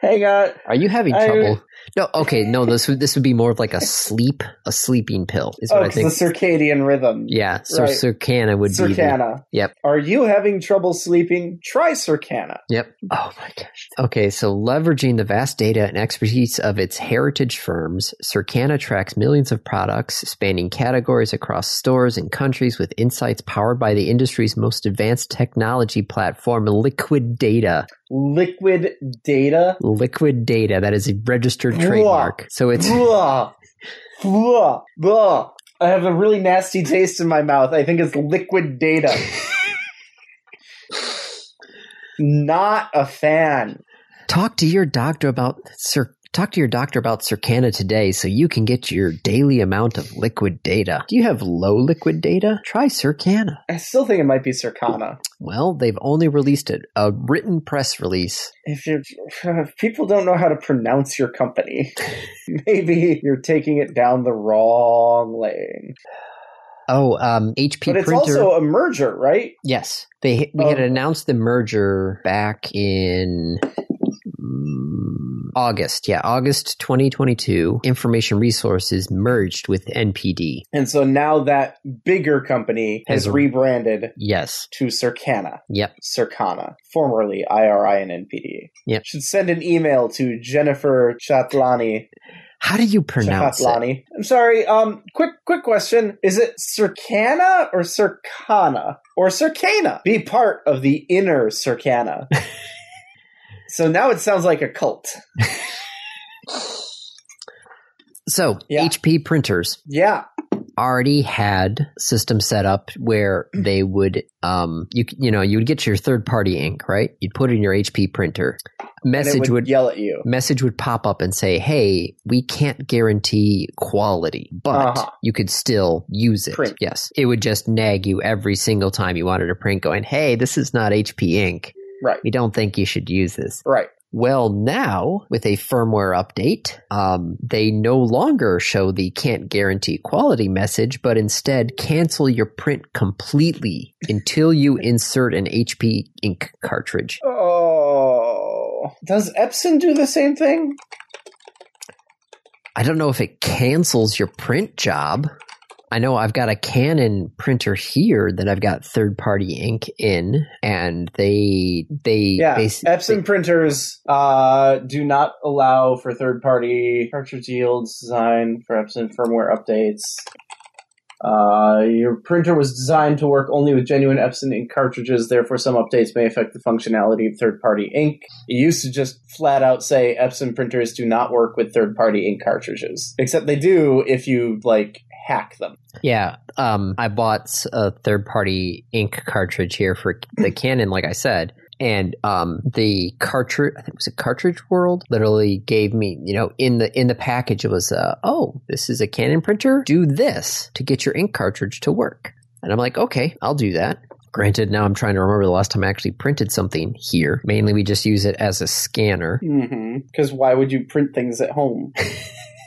hang on.
Are you having
I-
trouble? No. Okay. No. This would this would be more of like a sleep a sleeping pill is
Oh,
what I
'cause the
think.
circadian rhythm.
yeah. So
right.
Circana would be. the-
Circana.
Yep.
Are you having trouble sleeping? Try Circana.
Yep. Oh my gosh. Okay, so leveraging the vast data and expertise of its heritage firms, Circana tracks millions of products spanning categories across stores and countries with insights powered by the industry's most advanced technology platform, Liquid Data.
Liquid data.
Liquid Data, that is a registered
Whoa.
trademark. So it's
Blah. Blah. Blah. I have a really nasty taste in my mouth. I think it's liquid
(laughs)
data. Not a fan.
talk to your doctor about Cir- talk to your doctor about Circana today so you can get your daily amount of liquid data. Do you have low liquid data? Try Circana.
I still think it might be Circana.
Well, they've only released it, a written press release.
If you if people don't know how to pronounce your company, (laughs) maybe you're taking it down the wrong lane.
Oh, um, HP
but it's
printer.
also a merger, right?
yes, they we had
Oh.
announced the merger back in mm, August. Yeah, August 2022. Information Resources merged with NPD.
And so now that bigger company has
Has a-
rebranded
Yes.
to Circana.
Yep.
Circana, formerly IRI and NPD.
Yep.
E. Should send an email to Jennifer Chatlani.
How do you pronounce it?
Chatlani. I'm sorry. Um, quick, quick question: Is it Circana or Circana or Circana? Be part of the
(laughs)
inner Circana. so now it sounds like a cult.
So,
Yeah.
HP printers.
Yeah.
already had systems set up where
Mm.
they would um you c- you know you would get your third party ink right you'd put it in your HP printer
And
message
it would,
would,
yell at you.
message would pop up and say hey we can't guarantee quality but
Uh-huh.
you could still use it
Print.
yes it would just nag you every single time you wanted to print going hey this is not HP ink
Right.
we don't think you should use this
Right.
well, now with a firmware update, um, they no longer show the can't guarantee quality message, but instead cancel your print completely until you insert an HP ink cartridge.
Oh. Does Epson do the same thing?
I don't know if it cancels your print job, I know I've got a Canon printer here that I've got third party ink in, and they they
Yeah,
basi-
Epson printers uh, do not allow for third-party cartridge yields design for Epson firmware updates. Uh, your printer was designed to work only with genuine Epson ink cartridges, therefore some updates may affect the functionality of third-party ink. It used to just flat out say Epson printers do not work with third-party ink cartridges, except they do if you like hack them.
Yeah, um, I bought a third party ink cartridge here for the Canon, like I said. And um, the cartridge, I think it was a Cartridge World, literally gave me, you know, in the in the package it was, uh, oh, this is a Canon printer. Do this to get your ink cartridge to work. And I'm like, okay, I'll do that. Granted, now I'm trying to remember the last time I actually printed something here. Mainly, we just use it as a scanner.
Because why would you print things at home?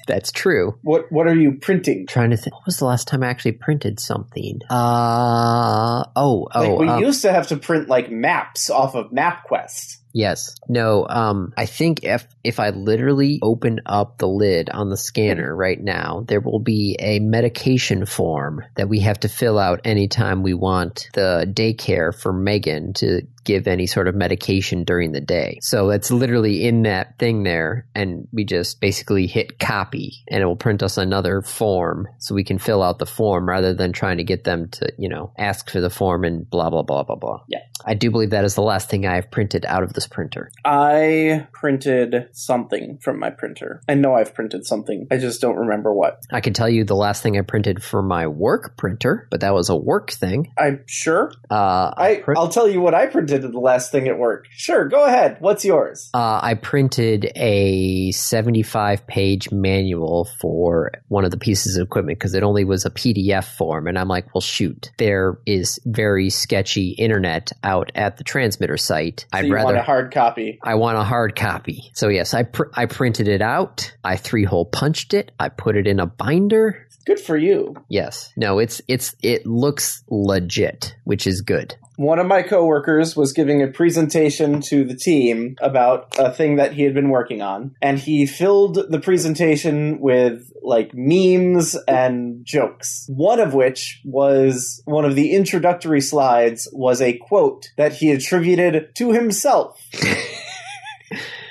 That's true.
What What are you printing?
Trying to think, what was the last time I actually printed something? Uh oh, oh.
like we
um,
used to have to print like maps off of MapQuest.
Yes. No. Um. I think if if I literally open up the lid on the scanner right now, there will be a medication form that we have to fill out anytime we want the daycare for Megan to give any sort of medication during the day. So that's literally in that thing there, and we just basically hit copy, and it will print us another form so we can fill out the form rather than trying to get them to you know ask for the form and blah blah blah blah blah. I do believe that is the last thing I have printed out of this printer.
I printed something from my printer. I know I've printed something. I just don't remember what.
I can tell you the last thing I printed for my work printer, but that was a work thing.
I'm sure.
Uh,
I
print-
I'll tell you what I printed at the last thing at work. Sure, go ahead. What's yours?
uh, I printed a 75 page manual for one of the pieces of equipment because it only was a PDF form. And I'm like, well, shoot, there is very sketchy internet out at the transmitter site.
So
I'd
you want
rather
a hard copy?
I want a hard copy. So yes, I pr- I printed it out. I three hole punched it. I put it in a binder.
Good for you.
Yes. No, it's it's it looks legit, which is good.
One of my coworkers was giving a presentation to the team about a thing that he had been working on, and he filled the presentation with like memes and jokes. One of which was one of the introductory slides was a quote that he attributed to himself.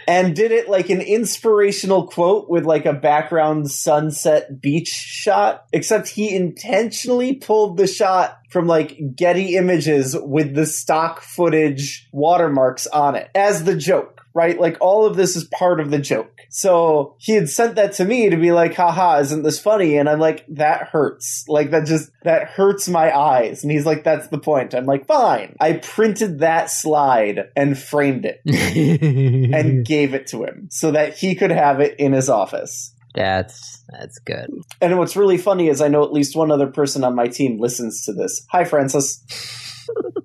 And did it like an inspirational quote with like a background sunset beach shot, except he intentionally pulled the shot from like Getty images with the stock footage watermarks on it as the joke, right? Like all of this is part of the joke. So he had sent that to me to be like, haha, isn't this funny? And I'm like, that hurts. Like that just, that hurts my eyes. And he's like, that's the point. I'm like, fine. I printed that slide and framed it (laughs) and
and
gave it to him so that he could have it in his office.
that's that's good.
And what's really funny is I know at least one other person on my team listens to this.
(laughs)
Hi, Francis.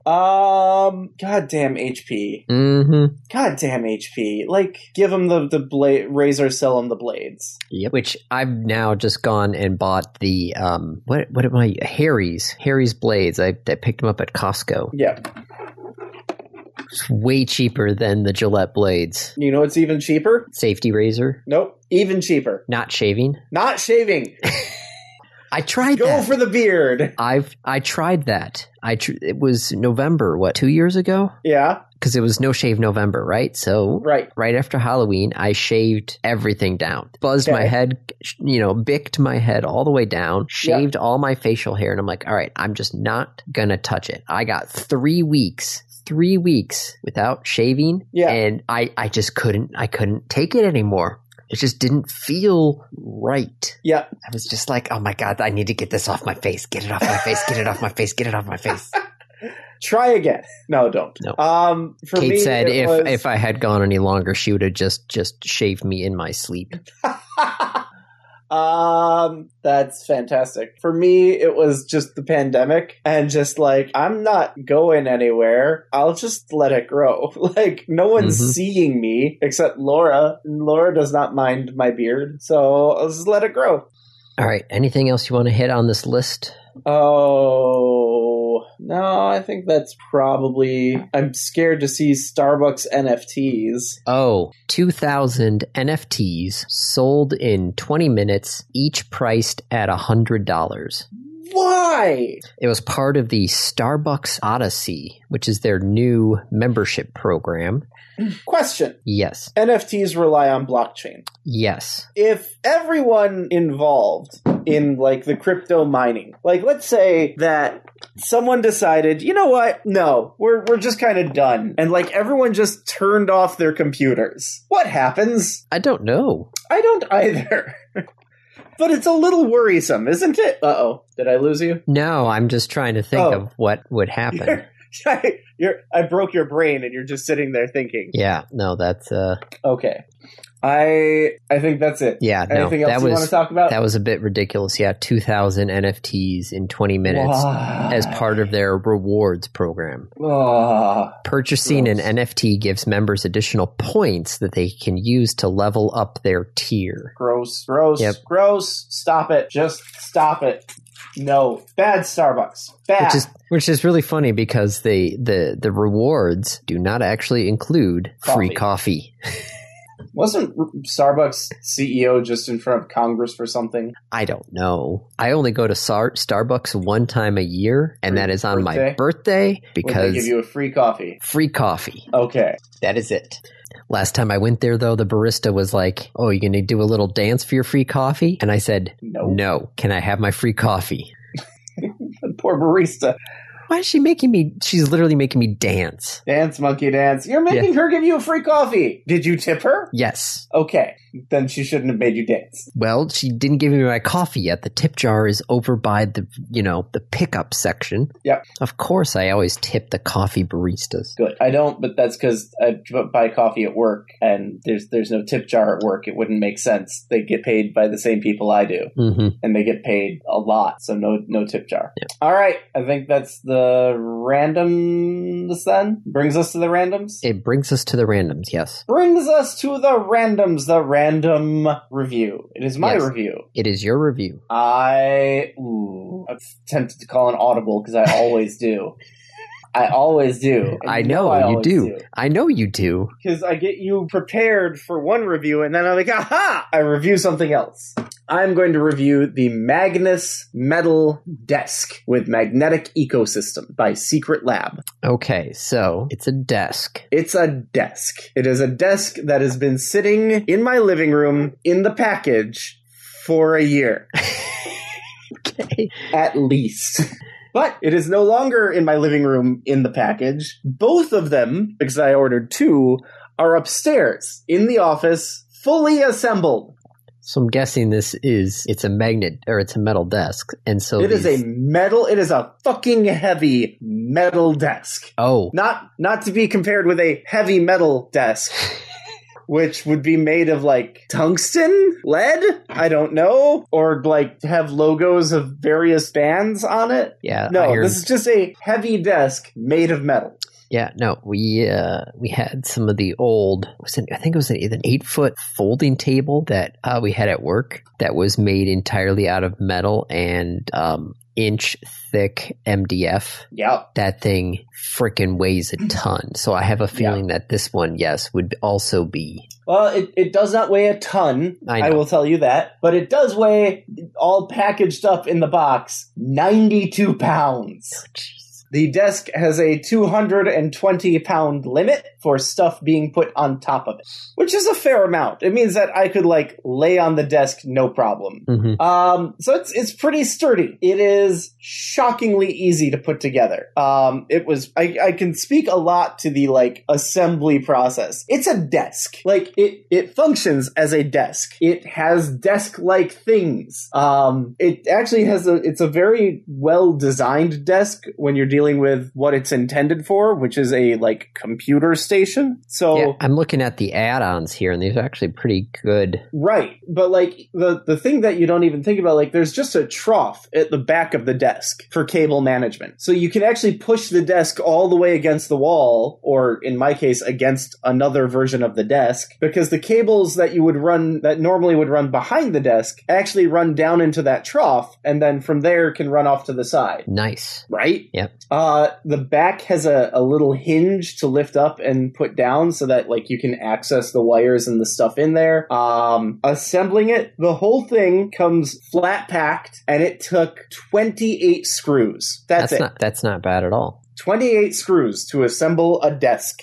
um, goddamn HP.
hmm
Goddamn HP. Like, give him the the blade razor, sell him the blades.
Yep. Which I've now just gone and bought the um what what am I Harry's Harry's blades. I, I picked them up at Costco.
Yeah,
It's way cheaper than the Gillette blades.
you know it's even cheaper.
Safety razor,
Nope, even cheaper.
not shaving. (laughs)
Not shaving.
I tried
Go
that.
for the beard.
I've I tried that. I tr- it was November what two years ago
Yeah,
because it was no shave November right. So
right.
right after Halloween, I shaved everything down, buzzed my
Okay.
head, sh- you know, bicked my head all the way down, shaved all my facial hair, and I'm like, all right, I'm just not gonna touch it. I got three weeks, three weeks without shaving,
Yeah.
and I, I just couldn't, I couldn't take it anymore. It just didn't feel right.
Yeah.
I was just like, oh my god, I need to get this off my face, get it off my face, get it off my face, get it off my face.
Try again. No, don't.
No.
Um, (laughs) for
Kate
me,
said
it
if
was-
if I had gone any longer, she would have just just shaved me in my sleep.
(laughs) um that's fantastic for me it was just the pandemic and just like i'm not going anywhere i'll just let it grow (laughs) like no one's
Mhm.
seeing me except laura and laura does not mind my beard so i'll just let it grow
All right. Anything else you want to hit on this list?
oh no i think that's probably i'm scared to see starbucks nfts
Oh, 2,000 NFTs sold in 20 minutes, each priced at $100.
Why?
It was part of the Starbucks Odyssey, which is their new membership program.
Question.
Yes.
NFTs rely on blockchain.
Yes.
If everyone involved in like the crypto mining, like let's say that someone decided, you know what? No, we're we're just kind of done. And like everyone just turned off their computers. What happens?
I don't know.
I don't (laughs) either. but it's a little worrisome, isn't it? Uh-oh. Did I lose you?
No, I'm just trying to think
Oh.
of what would happen.
You're, (laughs) I broke your brain and you're just sitting there thinking.
yeah. No, that's uh
Okay. I I think that's it.
yeah, no.
Anything
That
else you want
was
to talk about?
that was a bit ridiculous. Yeah, 2000 NFTs in 20 minutes
Why?
as part of their rewards program.
Ah.
Purchasing
Gross.
an NFT gives members additional points that they can use to level up their tier.
gross, gross,
Yep.
gross. Stop it. Just stop it. No. Bad Starbucks. Bad.
Which is which is really funny because the the, the rewards do not actually include free coffee.
Wasn't Starbucks CEO just in front of Congress for something?
I don't know. I only go to Sar- Starbucks one time a year, and
For
that is on my
birthday?
birthday
When they give
because
you a free coffee.
free coffee.
Okay.
That is it. Last time I went there, though, the barista was like, "Oh, you gonna do a little dance for your free coffee?" And I said,
No.
"No, can I have my free coffee?"
(laughs) Poor barista.
Why is she making me? She's literally making me dance.
Dance, monkey, dance. You're making her give you a free coffee. Did you tip her?
Yes.
Okay. Then she shouldn't have made you dance.
Well, she didn't give me my coffee yet. The tip jar is over by the, you know, the pickup section.
Yep.
Of course, I always tip the coffee baristas.
Good. I don't, but that's because I buy coffee at work, and there's there's no tip jar at work. It wouldn't make sense. They get paid by the same people I do.
hmm
and they get paid a lot, so no no tip jar. All right, I think that's the randoms. Then brings us to the randoms.
It brings us to the randoms. Yes,
brings us to the randoms. The random review. It is my
Yes.
review.
it is your review.
I ooh, I'm tempted to call an audible because I
(laughs)
always do. I always do. And
I know, you do. I know you do.
because I get you prepared for one review, and then I'm like, aha! I review something else. I'm going to review the Magnus Metal Desk with Magnetic Ecosystem by Secret Lab.
Okay, so it's a desk.
It's a desk. It is a desk that has been sitting in my living room in the package for a year.
Okay.
at least. But it is no longer in my living room in the package. Both of them, because I ordered two, are upstairs in the office, fully assembled.
So I'm guessing this is it's a magnet or it's a metal desk, and so
It is
these-
a metal. It is a fucking heavy metal desk.
oh
Not not to be compared with a heavy metal
(laughs)
desk, which would be made of like tungsten, lead. I don't know, or like have logos of various bands on it.
yeah
No,
iron.
this is just a heavy desk made of metal.
yeah no we uh we had some of the old was it, I think it was an, an eight foot folding table that uh, we had at work that was made entirely out of metal and um inch thick MDF
Yep.
that thing freaking weighs
Mm.
a ton. So I have a feeling that this one, yes, would also be.
Well, it, it does not weigh a ton.
I
I,
know.
will tell you that. But it does weigh, all packaged up in the box, 92 pounds. The desk has a 220 pound limit for stuff being put on top of it, which is a fair amount. It means that I could, like, lay on the desk no problem.
hmm
Um, so it's it's pretty sturdy. It is shockingly easy to put together. Um, it was I, I can speak a lot to the like assembly process. It's a desk. Like it it functions as a desk. It has desk like things. Um, it actually has a it's a very well designed desk when you're dealing with what it's intended for, which is a like computer station. So
Yeah, I'm looking at the add-ons here, and these are actually pretty good.
Right. But like the the thing that you don't even think about like there's just a trough at the back of the desk for cable management. So you can actually push the desk all the way against the wall or in my case against another version of the desk because the cables that you would run that normally would run behind the desk actually run down into that trough and then from there can run off to the side.
Nice.
Right?
Yep.
Uh, the back has a, a little hinge to lift up and put down so that like you can access the wires and the stuff in there. Um, assembling it, the whole thing comes flat packed, and it took twenty eight screws. That's, it.
not that's not bad at
(laughs)
all.
28 screws to assemble a desk.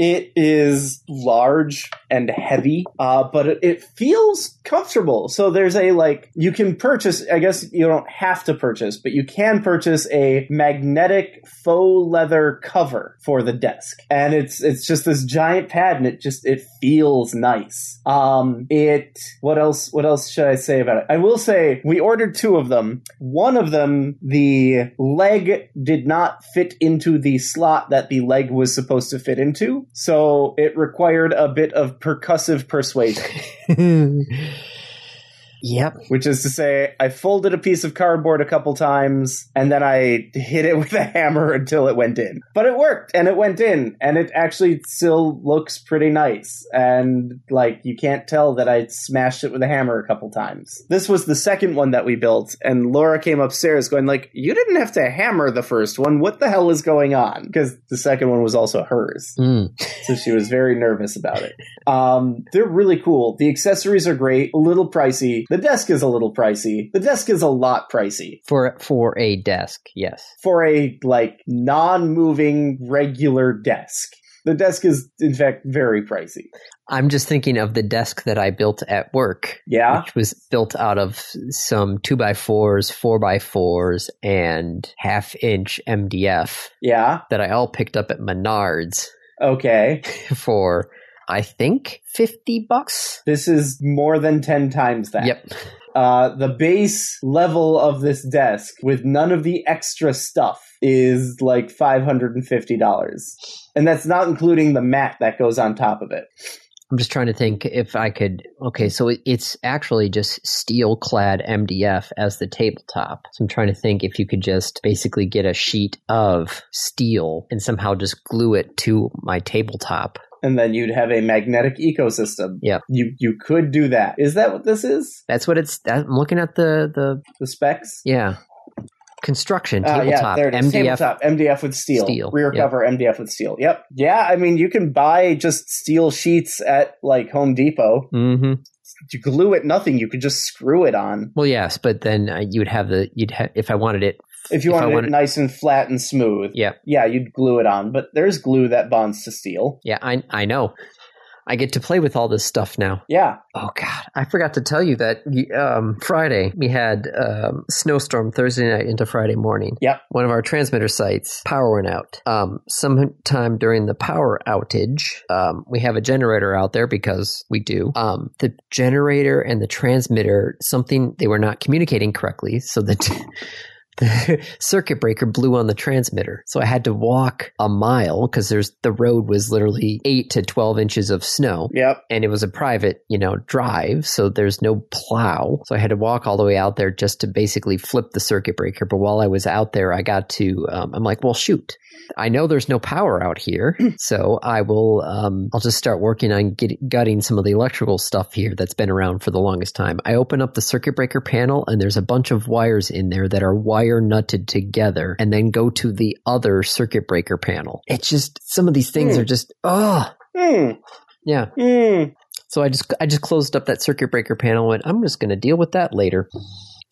It is large and heavy, uh, but it, it feels comfortable. So there's a like, you can purchase, I guess you don't have to purchase, but you can purchase a magnetic faux leather cover for the desk. And it's, it's just this giant pad and it just, it feels nice. Um, it, what else, what else should I say about it? I will say we ordered two of them. One of them, the leg did not fit into the slot that the leg was supposed to fit into. So it required a bit of percussive persuasion,
yep.
which is to say, I folded a piece of cardboard a couple times and then I hit it (laughs) with a hammer until it went in. But it worked and it went in and it actually still looks pretty nice. And like, you can't tell that I smashed it with a hammer a couple times. This was the second one that we built and Laura came upstairs going like, you didn't have to hammer the first one. What the hell is going on? Because the second one was also hers
Mm.
so she was very nervous about it. Um, they're really cool. The accessories are great, a little pricey. The desk is a little pricey. The desk is a lot pricey
For for a desk, yes.
for a like non-moving regular desk. The desk is in fact very pricey.
I'm just thinking of the desk that I built at work,
Yeah.
which was built out of some two by fours, four by fours, and half inch MDF
Yeah.
that I all picked up at Menards (laughs)
Okay.
for I think fifty bucks.
This is more than 10 times that.
Yep.
Uh, the base level of this desk with none of the extra stuff is like $550. And that's not including the mat that goes on top of it.
I'm just trying to think if I could. Okay, so it- it's actually just steel clad MDF as the tabletop. So I'm trying to think if you could just basically get a sheet of steel and somehow just glue it to my tabletop.
and then you'd have a magnetic ecosystem.
Yep.
You you could do that. Is that what this is?
That's what it's. I'm looking at the the
The specs?
yeah construction
Ah,
tabletop
there it is.
MDF.
Tabletop, MDF with steel.
Steel,
Rear
yep.
cover, MDF with steel. Yep. Yeah, I mean, you can buy just steel sheets at like Home Depot.
hmm
You glue it, nothing. You could just screw it on.
Well, yes, but then uh, you'd have the you'd have if I wanted it.
If you
If I
wanted
wanted-
it nice and flat and smooth.
Yeah.
Yeah, you'd glue it on. But there's glue that bonds to steel.
Yeah, I I know. I get to play with all this stuff now.
Yeah.
Oh God, I forgot to tell you that um, Friday we had um, snowstorm Thursday night into Friday morning.
Yep.
One of our transmitter sites power went out. Um, sometime during the power outage, um, we have a generator out there because we do. Um, the generator and the transmitter something they were not communicating correctly, so that. (laughs) The circuit breaker blew on the transmitter. So I had to walk a mile because there's the road was literally eight to 12 inches of snow
Yep.
and it was a private, you know, drive, so there's no plow. So I had to walk all the way out there just to basically flip the circuit breaker. But while I was out there, I got to, um, I'm like, well, shoot, I know there's no power out here, so I will, um, I'll just start working on get, gutting some of the electrical stuff here that's been around for the longest time. I open up the circuit breaker panel, and there's a bunch of wires in there that are wire nutted together, and then go to the other circuit breaker panel. It's just some of these things
Hmm.
are just, oh,
Hmm.
yeah.
Hmm.
So I just I just closed up that circuit breaker panel and went, I'm just going to deal with that later.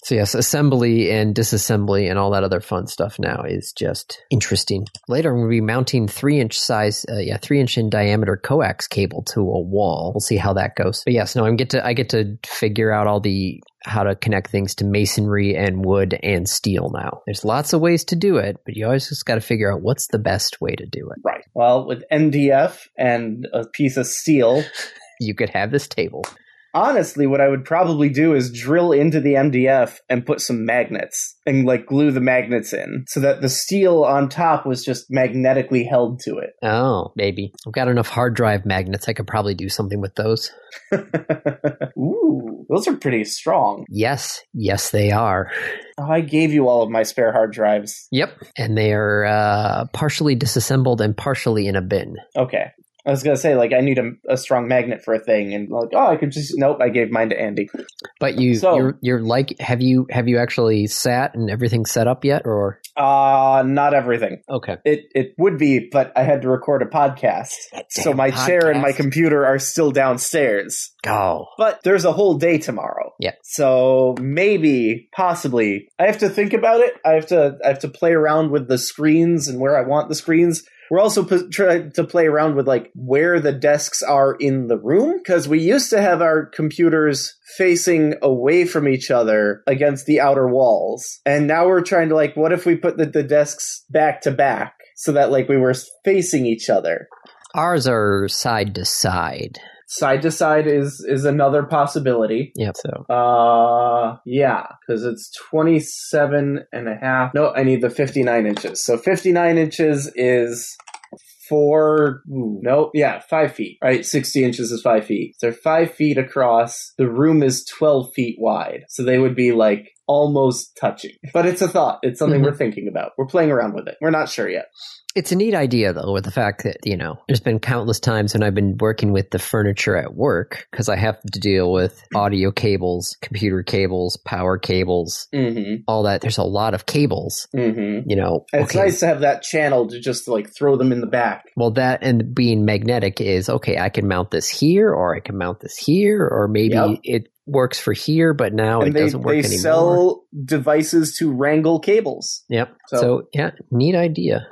So yes, assembly and disassembly and all that other fun stuff now is just interesting. Later, I'm going to be mounting three inch size, uh, yeah, three inch in diameter coax cable to a wall. We'll see how that goes. But yes, no, I'm get to I get to figure out all the how to connect things to masonry and wood and steel now. There's lots of ways to do it, but you always just got to figure out what's the best way to do it.
Right. Well, with MDF and a piece of steel,
You could have this table.
honestly what i would probably do is drill into the mdf and put some magnets and like glue the magnets in so that the steel on top was just magnetically held to it (laughs)
Oh, maybe. I've got enough hard drive magnets. I could probably do something with those.
ooh those are pretty strong
Yes, yes, they are.
oh, i gave you all of my spare hard drives
Yep. And they are uh, partially disassembled and partially in a bin.
okay I was gonna say like I need a, a strong magnet for a thing, and like oh I could just nope I gave mine to Andy.
But you,
So-
you're, you're like, have you, have you actually sat and everything set up yet? Or
Uh not everything.
okay,
It it would be, but I had to record
(laughs)
a podcast, so
Damn
my chair and my
podcast.
computer are still downstairs.
go.
But there's a whole day tomorrow.
Yeah.
So maybe, possibly, I have to think about it. I have to, I have to play around with the screens and where I want the screens. We're also p- trying to play around with like where the desks are in the room because we used to have our computers facing away from each other against the outer walls, and now we're trying to like, what if we put the, the desks back to back so that like we were facing each other?
Ours are side to side.
Side to side is is another possibility.
Yeah. So
Uh, yeah, because it's 27 and a half. No, I need the 59 inches. So 59 inches is four, ooh, no, yeah, five feet, right? 60 inches is five feet. So they're five feet across. The room is 12 feet wide. So they would be like almost touching. But it's a thought. It's something
Mhm.
we're thinking about. We're playing around with it. We're not sure yet.
it's a neat idea though, with the fact that, you know, there's been countless times when I've been working with the furniture at work because I have to deal with audio cables, computer cables, power cables,
Mm-hmm.
all that. There's a lot of cables,
Mm-hmm.
you know.
It's nice to have that channel to just like throw them in the back.
Well, that and being magnetic is okay. I can mount this here, or I can mount this here, or maybe
Yep.
it works for here, but now Oh, it
and they,
doesn't work
they
anymore.
sell devices to wrangle cables.
yep.
so-
So, yeah, neat idea.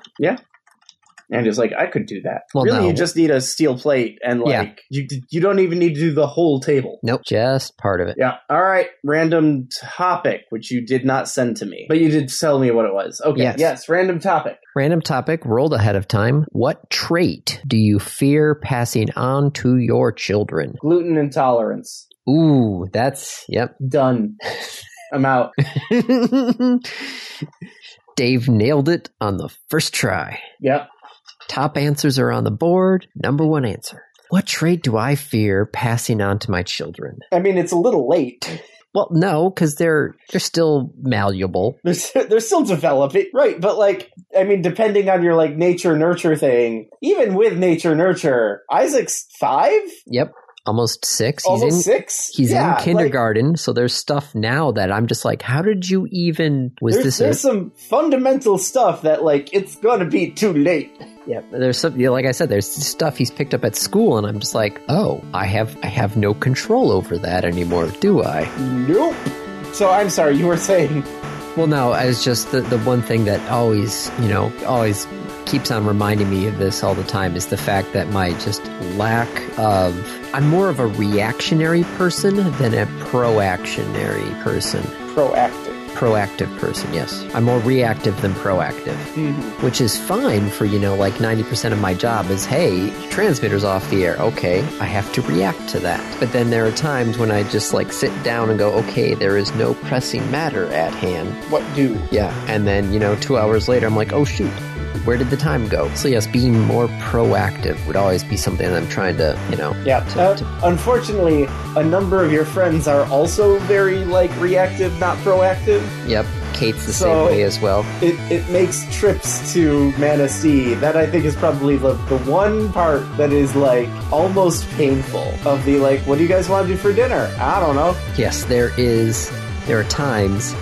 And it's like, I could do that.
Well,
really,
no.
you just need a steel plate, and like,
Yeah.
you you don't even need to do the whole table.
Nope, just part of it.
Yeah. All right. Random topic, which you did not send to me, but you did tell me what it was. Okay. Yes.
Yes.
random topic.
Random topic rolled ahead of time. What trait do you fear passing on to your children?
Gluten intolerance.
Ooh, that's yep. (laughs)
Done. I'm out. (laughs)
Dave nailed it on the first try.
Yep.
Top answers are on the board. Number one answer. What trait do I fear passing on to my children?
I mean, it's a little late.
Well, no, because they're they're still malleable.
They're, (laughs) s- they're still developing, right? But like, I mean, depending on your like nature nurture thing, even with nature nurture, Isaac's five,
Yep, almost six.
almost
he's in
six.
he's
Yeah,
in
like,
kindergarten, so there's stuff now that I'm just like, how did you even? Was
there's,
this?
there's
A,
some fundamental stuff that like it's gonna be too late.
yep. There's some. yeah, Like I said, there's stuff he's picked up at school, and I'm just like, oh, I have I have no control over that anymore, do I?
Nope. So I'm sorry, you were saying
Well, no, it's just the, the one thing that always, you know, always keeps on reminding me of this all the time is the fact that my just lack of. I'm more of a reactionary person than a proactionary person.
proactive.
Proactive person, yes. I'm more reactive than proactive,
Mm-hmm.
which is fine for, you know, like 90% of my job is, hey, your transmitter's off the air. Okay, I have to react to that. But then there are times when I just like sit down and go, okay, there is no pressing matter at hand.
What do?
Yeah, and then, you know, two hours later, I'm like, oh shoot, where did the time go? So, yes, being more proactive would always be something that I'm trying to, you know.
Yeah.
To-
Uh,
to-
unfortunately, a number of your friends are also very like reactive, not proactive.
Yep, Kate's the
So-
same way as well.
It it makes trips to Manistee. That I think is probably the the one part that is like almost painful of the like, what do you guys want to do for dinner? I don't know.
Yes, there is, there are times.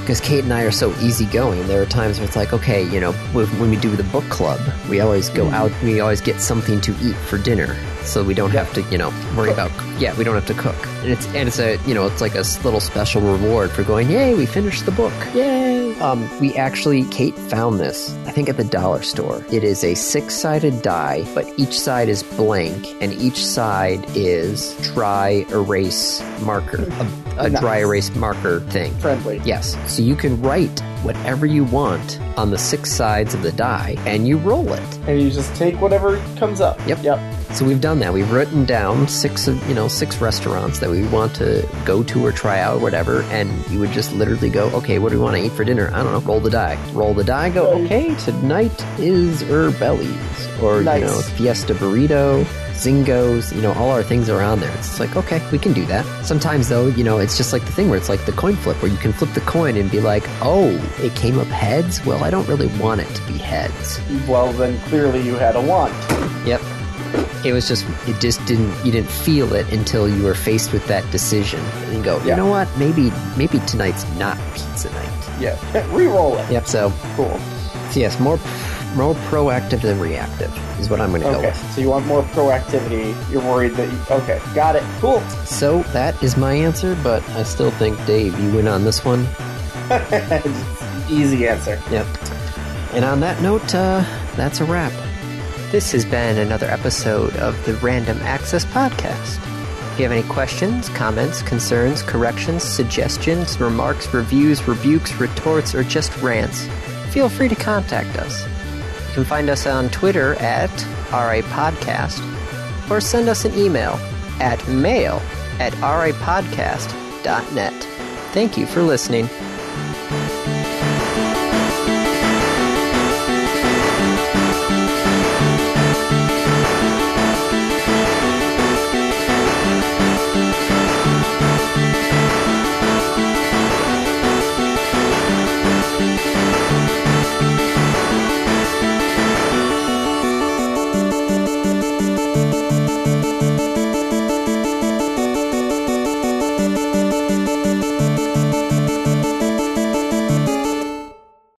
Because Kate and I are so easygoing, there are times where it's like, okay, you know, when when we do the book club, we always go
Mm-hmm.
out, we always get something to eat for dinner, so we don't have to, you know, worry about.
Cook.
Yeah, we don't have to cook, and it's and it's a, you know, it's like a s- little special reward for going. Yay, we finished the book! Yay! Um, we actually, Kate found this, I think, at the dollar store. It is a six-sided die, but each side is blank, and each side is dry erase marker, a, a dry
Nice.
erase marker thing.
Friendly.
Yes. So you can write whatever you want on the six sides of the die and you roll it.
And you just take whatever comes up.
Yep.
Yep.
So we've done that. We've written down six of, you know, six restaurants that we want to go to or try out or whatever and you would just literally go, "Okay, what do we want to eat for dinner?" I don't know. Roll the die. Roll the die. Go,
Right.
"Okay, tonight is Urbellies or you
Nice.
know, Fiesta Burrito." Zingos, you know, all our things are on there. It's like, okay, we can do that. Sometimes, though, you know, it's just like the thing where it's like the coin flip, where you can flip the coin and be like, oh, it came up heads? Well, I don't really want it to be heads.
Well, then clearly you had a want.
Yep. It was just, it just didn't, you didn't feel it until you were faced with that decision and you go, you
Yeah.
know what, maybe, maybe tonight's not pizza night.
Yeah. (laughs) Reroll it.
Yep, so,
Cool.
so yes, more, more proactive than reactive is what I'm going to go
Okay.
with.
So you want more proactivity. You're worried that you. Okay. Got it. Cool. (laughs)
So that is my answer, but I still think, Dave, you win on this one.
Easy answer.
Yep. And on that note, uh, that's a wrap.
This has been another episode of the Random Access Podcast. If you have any questions, comments, concerns, corrections, suggestions, remarks, reviews, rebukes, retorts, or just rants, feel free to contact us. You can find us on Twitter at RAPodcast or send us an email at mail at rapodcast.net. Thank you for listening.